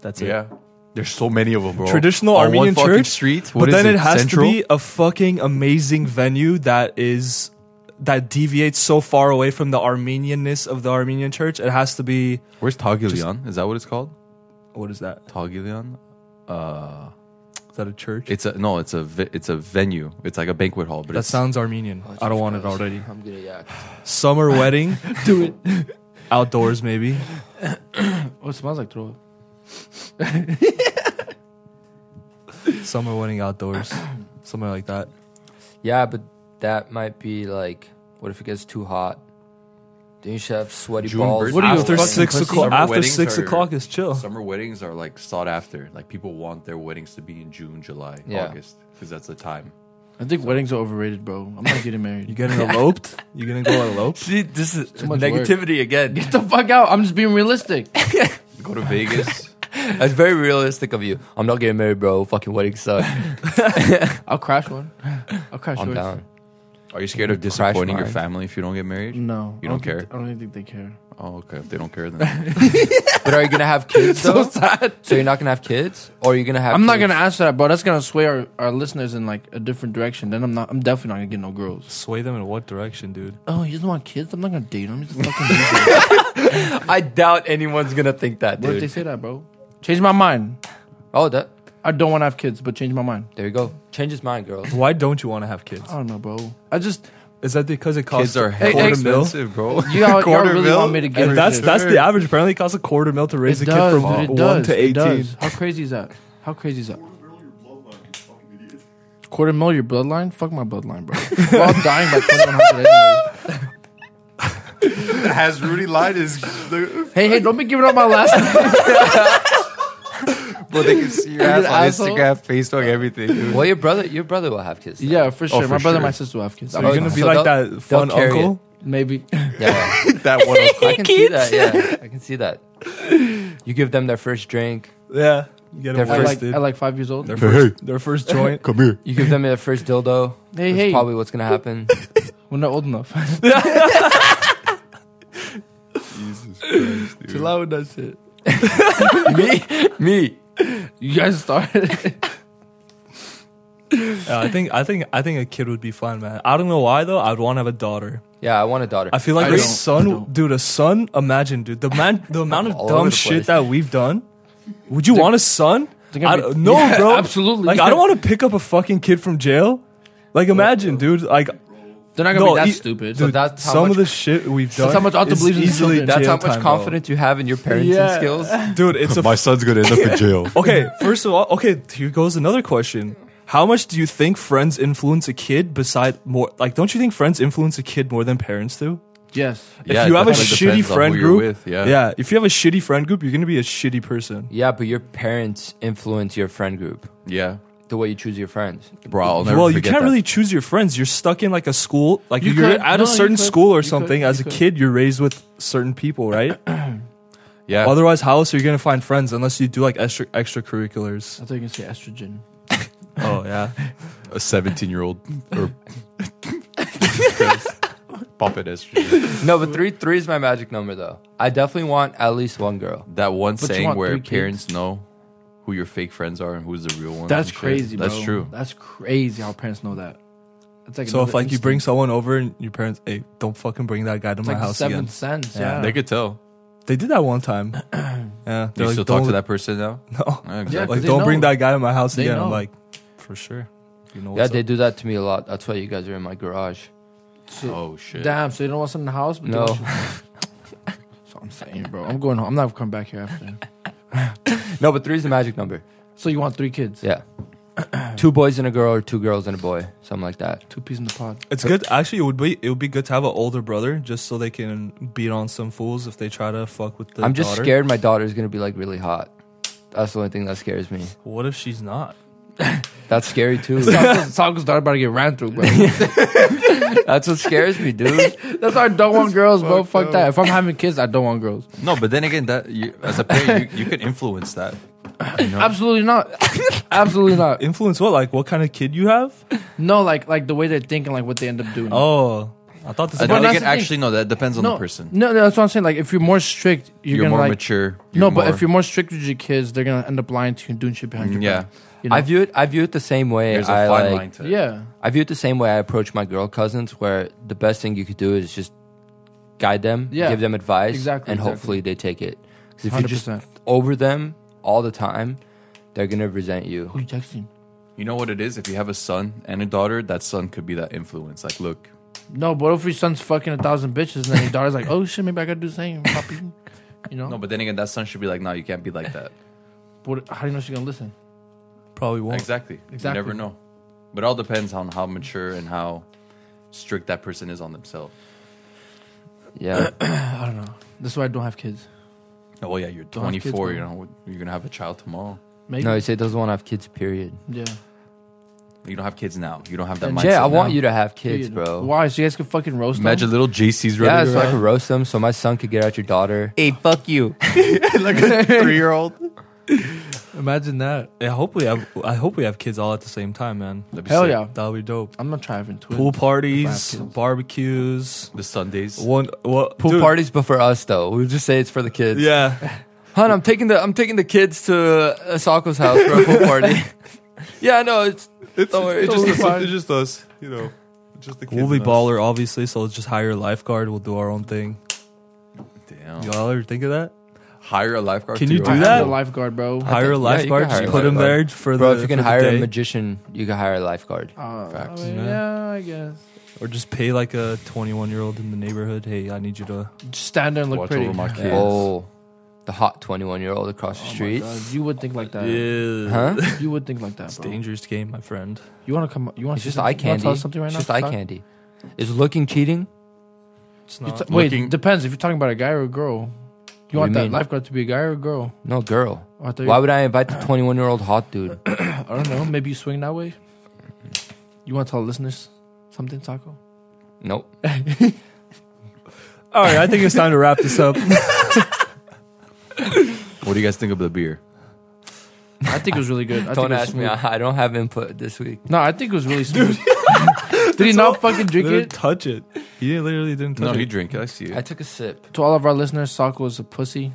S3: That's it.
S1: there's so many of them, bro.
S3: Traditional
S1: On one
S3: Armenian
S1: fucking
S3: church
S1: street.
S3: But
S1: What is
S3: then it, has
S1: Central?
S3: to be a fucking amazing venue that is that deviates so far away from the Armenianness of the Armenian church. It has to be
S1: Where's Tagilion? Is that what it's called?
S3: what is that?
S1: Tagilion. Uh,
S3: Is that a church?
S1: it's a no. It's a ve- it's a venue. It's like a banquet hall, but
S3: that
S1: it's
S3: sounds Armenian. I don't want it
S4: Jesus Oh, Christ.
S3: already.
S4: I'm gonna yak.
S3: Summer wedding,
S2: Do it.
S3: outdoors maybe.
S2: Oh, it smells like throw up.
S3: Summer wedding outdoors, somewhere like that.
S4: Yeah, but that might be like, what if it gets too hot? Then you should have sweaty
S1: June
S4: balls.
S1: bird-
S4: and
S2: What are you,
S3: After
S4: fucking
S2: fucking
S3: six
S2: pussy?
S3: o'clock,
S1: Summer
S3: after
S1: weddings
S3: six
S1: are-
S3: o'clock is chill.
S1: summer weddings are like sought after. Like people want their weddings to be in June, July,
S4: Yeah.
S1: August, because that's the time.
S2: I think weddings are overrated, bro. I'm not getting married.
S3: You getting eloped? You gonna go eloped?
S4: See, this is
S2: much
S4: negativity again.
S2: Get the fuck out. I'm just being realistic.
S1: Go to Vegas.
S4: That's very realistic of you. I'm not getting married, bro. Fucking wedding suck.
S2: I'll crash one. I'll crash
S4: I'm
S2: yours.
S4: down.
S1: Are you scared of disappointing your
S4: mine.
S1: family if you don't get married?
S2: No.
S1: You
S2: I
S1: don't
S2: think-
S1: care?
S2: I don't even think they care.
S1: Oh, okay. If they don't care, then
S4: But are you gonna have kids though?
S2: So
S4: So,
S2: sad.
S4: you're not gonna have kids, or are you gonna have?
S2: I'm not
S4: kids?
S2: gonna answer that, bro. That's gonna sway our, our listeners in like a different direction. Then I'm not. I'm definitely not gonna get no girls.
S3: Sway them in what direction, dude?
S2: Oh, he doesn't want kids. I'm not gonna date him. He's a fucking. loser.
S4: I doubt anyone's gonna think that,
S2: what if they
S4: dude.
S2: say that, bro? Change my mind.
S4: Oh, that.
S2: I don't want to have kids, but change my mind.
S4: There you go. Change his mind, girls.
S3: Why don't you want to have kids?
S2: I don't know, bro. I just
S3: Is that because it costs
S1: kids are
S3: a
S1: hella
S2: hey,
S3: quarter mil?
S1: expensive, bro.
S2: you all, y'all
S1: Quarter
S2: really
S1: mil?
S2: want me to get
S3: And
S2: rid
S3: that's
S2: of
S3: that's the average. Apparently, it costs a quarter mil to raise
S2: It
S3: a kid
S2: does,
S3: from
S2: dude, it
S3: one
S2: does,
S3: to
S2: it
S3: eighteen.
S2: does. How crazy is that? How crazy is that? Quarter mil your bloodline? Fuck my bloodline, bro. We're all dying by 2100 anyway.
S1: Has Rudy lied? Is
S2: Hey, hey, don't be giving out my last name.
S1: people. They can see your
S2: An
S1: ass on
S2: asshole.
S1: Instagram, Facebook, everything. dude.
S4: Well, your brother, your brother will have kids. then.
S2: Yeah, Oh, for sure.
S1: for
S2: my brother, and
S1: sure.
S2: my sister will have kids.
S3: So
S2: I'm
S3: you're
S4: Oh,
S3: gonna be
S4: so
S3: like
S4: they'll-
S3: that fun
S4: they'll carry
S3: uncle.
S2: Maybe.
S4: yeah.
S1: that one. uncle.
S4: I can see that. Yeah, I can see that. You give them their first drink.
S3: Yeah, get
S4: They're
S3: them
S2: At like,
S3: arrested.
S2: at like five years old.
S3: their
S1: Hey,
S3: first, their first joint.
S1: Come here.
S4: You give them their first dildo.
S2: Hey,
S4: That's
S2: hey.
S4: probably what's gonna happen.
S2: We're not old enough.
S1: Jesus Christ, dude.
S2: out with that shit.
S4: me, me.
S2: You guys started.
S3: Yeah, I think I think I think a kid would be fun, man. I don't know why though. I'd want to have a daughter.
S4: Yeah, I want a daughter.
S3: I feel like
S2: I
S3: a
S2: don't. I
S3: son,
S2: don't.
S3: dude. A son. Imagine, dude. The man, the amount
S4: all
S3: of
S4: over
S3: dumb
S4: the
S3: shit
S4: place.
S3: that we've done. Would you want a son?
S2: They're
S3: I
S2: gonna be-
S3: don't, no,
S2: Yeah,
S3: bro.
S2: absolutely.
S3: Like I don't want to pick up a fucking kid from jail. Like imagine, dude. Like
S2: They're not gonna
S3: no,
S2: be that
S3: e-
S2: stupid.
S3: Dude,
S4: So that's how
S3: some
S4: much-
S3: of the shit we've done.
S2: how much Otto
S3: is
S2: believes in his
S3: easily
S2: children.
S4: That's
S3: jail
S4: how much
S3: time, bro.
S4: confidence you have in your parenting
S2: Yeah.
S4: skills.
S3: dude. It's a
S1: My son's gonna end up in jail.
S3: okay. First of all, okay. Here goes another question. How much do you think friends influence a kid? Beside more, like, don't you think friends influence a kid more than parents do?
S2: yes.
S1: Yeah,
S3: if you
S1: it
S3: have a
S1: definitely
S3: shitty
S1: depends on
S3: friend
S1: who you're
S3: group,
S1: with, yeah.
S3: if you have a shitty friend group, you're gonna be a shitty person.
S4: Yeah, but your parents influence your friend group.
S1: Yeah,
S4: The way you choose your friends.
S1: bro. I'll never
S3: Well, you
S1: forget
S3: can't
S1: that.
S3: really choose your friends. You're stuck in like a school, like
S2: You
S3: you are
S2: could.
S3: at
S2: No,
S3: a
S2: you
S3: certain
S2: could.
S3: school or
S2: You
S3: something.
S2: could.
S3: As
S2: You
S3: a
S2: could.
S3: kid, you're raised with certain people, right?
S1: Yeah,
S3: Otherwise, how else are you gonna find friends unless you do like extra extracurriculars?
S2: I thought you can say estrogen.
S3: oh yeah,
S1: a 17 year old or pop it estrogen.
S4: No, but three three is my magic number though. I definitely want at least one girl.
S1: That one
S2: But you
S1: saying
S2: want
S1: where
S2: three kids?
S1: parents know who your fake friends are and who's the real one.
S2: That's crazy, bro.
S1: That's true.
S2: That's crazy how parents know that. It's like
S3: so if
S2: another
S3: like you bring
S2: instinct.
S3: someone over and your parents, hey, don't fucking bring that guy to
S2: It's
S3: my
S2: like the
S3: house
S2: seventh
S3: again.
S2: sense,
S3: Yeah.
S2: yeah.
S1: They could tell.
S3: They did that one time. yeah,
S1: Do you
S3: they're
S1: still talk to
S3: "Don't-
S1: that person now?
S3: No,
S1: Yeah,
S2: Yeah,
S1: exactly.
S3: like
S2: They
S3: don't bring
S2: know.
S3: that guy to my house
S2: They
S3: again.
S2: know.
S3: I'm like, for sure. You know
S4: yeah,
S3: what's
S4: they
S3: up.
S4: do that to me a lot. That's why you guys are in my garage.
S2: So-
S1: oh shit.
S2: Damn, so you don't want some in the house? But
S4: No.
S2: That's what I'm saying, bro. I'm going home. I'm not coming back here after.
S4: No, but three is the magic number.
S2: So you want three kids?
S4: Yeah. two boys and a girl or two girls and a boy. Something like that.
S2: Two peas in the pod.
S3: It's good. Actually, it would be it would be good to have an older brother just so they can beat on some fools if they try to fuck with the.
S4: I'm just
S3: daughter.
S4: scared my daughter's gonna be like really hot. That's the only thing that scares me.
S3: What if she's not?
S4: That's scary too.
S2: Salka's daughter about to get ran through, bro.
S4: That's what scares me, dude.
S2: That's why I don't want girls, bro.
S1: fucked
S2: Fuck
S1: up.
S2: that. If I'm having kids, I don't want girls.
S1: No, but then again, that you, as a parent, you, you could influence that. You know?
S2: Absolutely not. Absolutely not.
S3: Influence what? Like what kind of kid you have?
S2: No, like like the way they're thinking, like what they end up doing.
S3: Oh, I thought this.
S1: And
S2: But
S1: then
S3: was
S2: that's
S1: again,
S2: the thing.
S1: actually, no, that depends on
S2: no,
S1: the person.
S2: No, no, that's what I'm saying. Like if you're more strict, you're,
S1: You're,
S2: gonna
S1: more
S2: like
S1: mature.
S2: no.
S1: you're
S2: But
S1: more- Mm,
S2: if you're more strict with your kids, they're gonna end up lying to you and doing shit behind your
S1: yeah.
S2: back. You know?
S4: I view it I view it the same way
S1: there's a
S4: I,
S1: fine
S4: like,
S1: line to that.
S2: yeah.
S4: I view it the same way I approach my girl cousins, where the best thing you could do is just guide them,
S2: Yeah.
S4: give them advice,
S2: Exactly,
S4: and
S2: exactly.
S4: hopefully they take it. Because if you
S2: Hundred
S4: are just
S2: percent.
S4: over them all the time, they're gonna resent you.
S2: Who you texting?
S1: You know what it is? If you have a son and a daughter, that son could be that influence. Like, look,
S2: No, but what if your son's fucking a thousand bitches and then your daughter's like, oh shit, maybe I gotta do the same, puppy. You know?
S1: no, but then again, that son should be like, no, you can't be like that.
S2: What- how do you know she's gonna listen?
S3: probably won't.
S1: Exactly.
S2: Exactly.
S1: You never know. But it all depends on how mature and how strict that person is on themselves.
S4: Yeah,
S2: I don't know. This is why I don't have kids.
S1: Oh, well, yeah, you're
S2: Don't have kids,
S1: 24. you
S2: man.
S1: know, you're gonna have a child tomorrow.
S2: Maybe.
S4: no, you say doesn't want to have kids. Period.
S2: yeah.
S1: You don't have kids now. You don't have that
S2: And
S1: mindset.
S4: Jay, I want
S1: now.
S4: you to have kids,
S2: Dude,
S4: bro.
S2: Why? So you guys can fucking roast
S1: Imagine little JC's running
S4: Yeah,
S1: yeah,
S4: so I could roast them, so my son could get at your daughter.
S1: Hey, fuck you. like a three year old.
S2: them. Imagine that.
S3: I hope we have. I hope we have kids all at the same time, man.
S2: Hell yeah.
S3: That'll be dope.
S2: I'm not driving to
S3: Pool
S2: it.
S3: parties,
S2: If I have kids.
S3: barbecues.
S1: The Sundays.
S3: One what
S4: Pool
S3: dude,
S4: parties, but for us though, we would just say it's for the kids.
S3: Yeah,
S4: Hun, I'm taking the I'm taking the kids to uh, Asako's house for a pool party. yeah, no, it's don't worry.
S2: just us- fine. it's
S1: just us. You know, just the
S3: we'll be baller, obviously. So let's just hire a lifeguard. We'll do our own thing.
S1: Damn.
S3: Y'all ever think of that?
S1: Hire a lifeguard.
S3: Can
S1: to
S3: you
S1: your
S3: do
S2: I
S1: house.
S2: am
S3: that?
S2: the lifeguard, bro.
S3: Hire a
S4: yeah, you can
S3: lifeguard.
S4: hire
S3: just
S4: a
S3: put him there
S1: lifeguard.
S3: for
S4: Bro,
S3: the.
S4: if you can
S3: for the
S4: hire a
S3: day.
S4: magician, you can hire a lifeguard.
S2: Uh,
S1: Facts.
S2: I mean,
S3: Yeah.
S2: yeah, I guess.
S3: Or just pay like a 21 year old in the neighborhood. Hey, I need you to. uh,
S2: Just stand there and look
S1: Watch
S2: pretty.
S1: over my
S2: Oh
S1: kids.
S4: Oh, the hot 21 year old across the
S2: my
S4: street.
S2: God, you would think like that.
S3: Yeah.
S4: Huh?
S2: You would think like that,
S3: It's a
S2: bro.
S3: dangerous game, my friend.
S2: You want to come? You want
S4: It's
S2: to
S4: just eye
S2: You wanna
S4: candy.
S2: tell us something right
S4: it's
S2: now?
S4: just eye
S2: Fuck.
S4: candy. Is looking cheating?
S3: It's
S2: You
S3: not.
S2: t- wait,
S1: Looking-
S2: depends if you're talking about a guy or a girl. You
S4: What
S2: want
S4: do you
S2: that
S4: mean?
S2: lifeguard to be a guy or a girl?
S4: No, girl.
S2: I thought you-
S4: Why would I invite the 21 year old hot dude?
S2: I don't know. Maybe you swing that way. You want to tell the listeners something, Taco?
S4: Nope.
S3: All right, I think it's time to wrap this up.
S1: What do you guys think of the beer?
S2: I think it was really good. I think
S4: don't
S2: it was
S4: ask me.
S2: smooth.
S4: I, I don't have input this week.
S2: No, I think it was really smooth. Did he not fucking drink
S3: didn't
S2: it?
S3: touch it. He didn't- literally didn't touch
S1: No,
S3: it.
S1: he drink it. I see
S4: I
S1: it.
S4: took a sip.
S2: To all of our listeners, Taco is a pussy.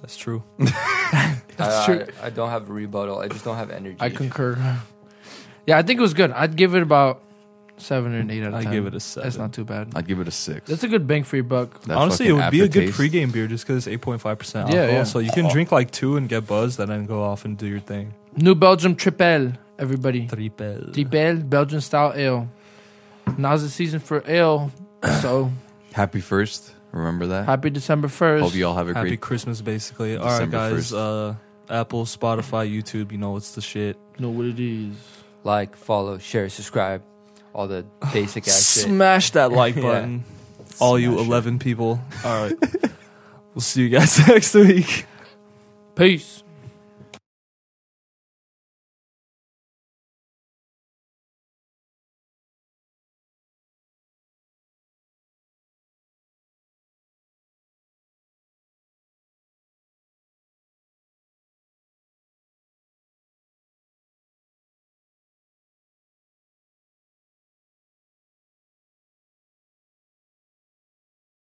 S3: That's true.
S4: I,
S2: That's true.
S4: I, I don't have a rebuttal. I just don't have energy.
S2: I concur. Yeah, I think it was good. I'd give it about seven or an eight out of
S3: I
S2: ten.
S3: give it a seven.
S2: That's not too bad.
S1: I'd give it a six.
S2: That's a good bang for your buck.
S1: That
S3: Honestly, it
S1: fucking
S3: would be a good
S1: aftertaste.
S3: pregame beer just because it's 8.5% alcohol.
S2: Yeah, yeah.
S3: So you can drink like two and get buzzed and then go off and do your thing.
S2: New Belgium Triple, everybody.
S3: Triple.
S2: Triple Belgian style ale. Now's the season for ale, so
S1: Happy first. Remember that.
S2: happy December first.
S1: Hope you all have a
S3: Happy
S1: great.
S3: Christmas, basically. All right,
S1: December
S3: guys.
S1: 1st.
S3: Uh, Apple, Spotify, YouTube, you know what's the shit.
S2: know what it is.
S4: like, follow, share, subscribe, all the basic ass shit.
S3: Smash that like
S4: Yeah.
S3: button. All you
S1: Smash it.
S3: 11 people. All right. we'll see you guys next week.
S2: Peace.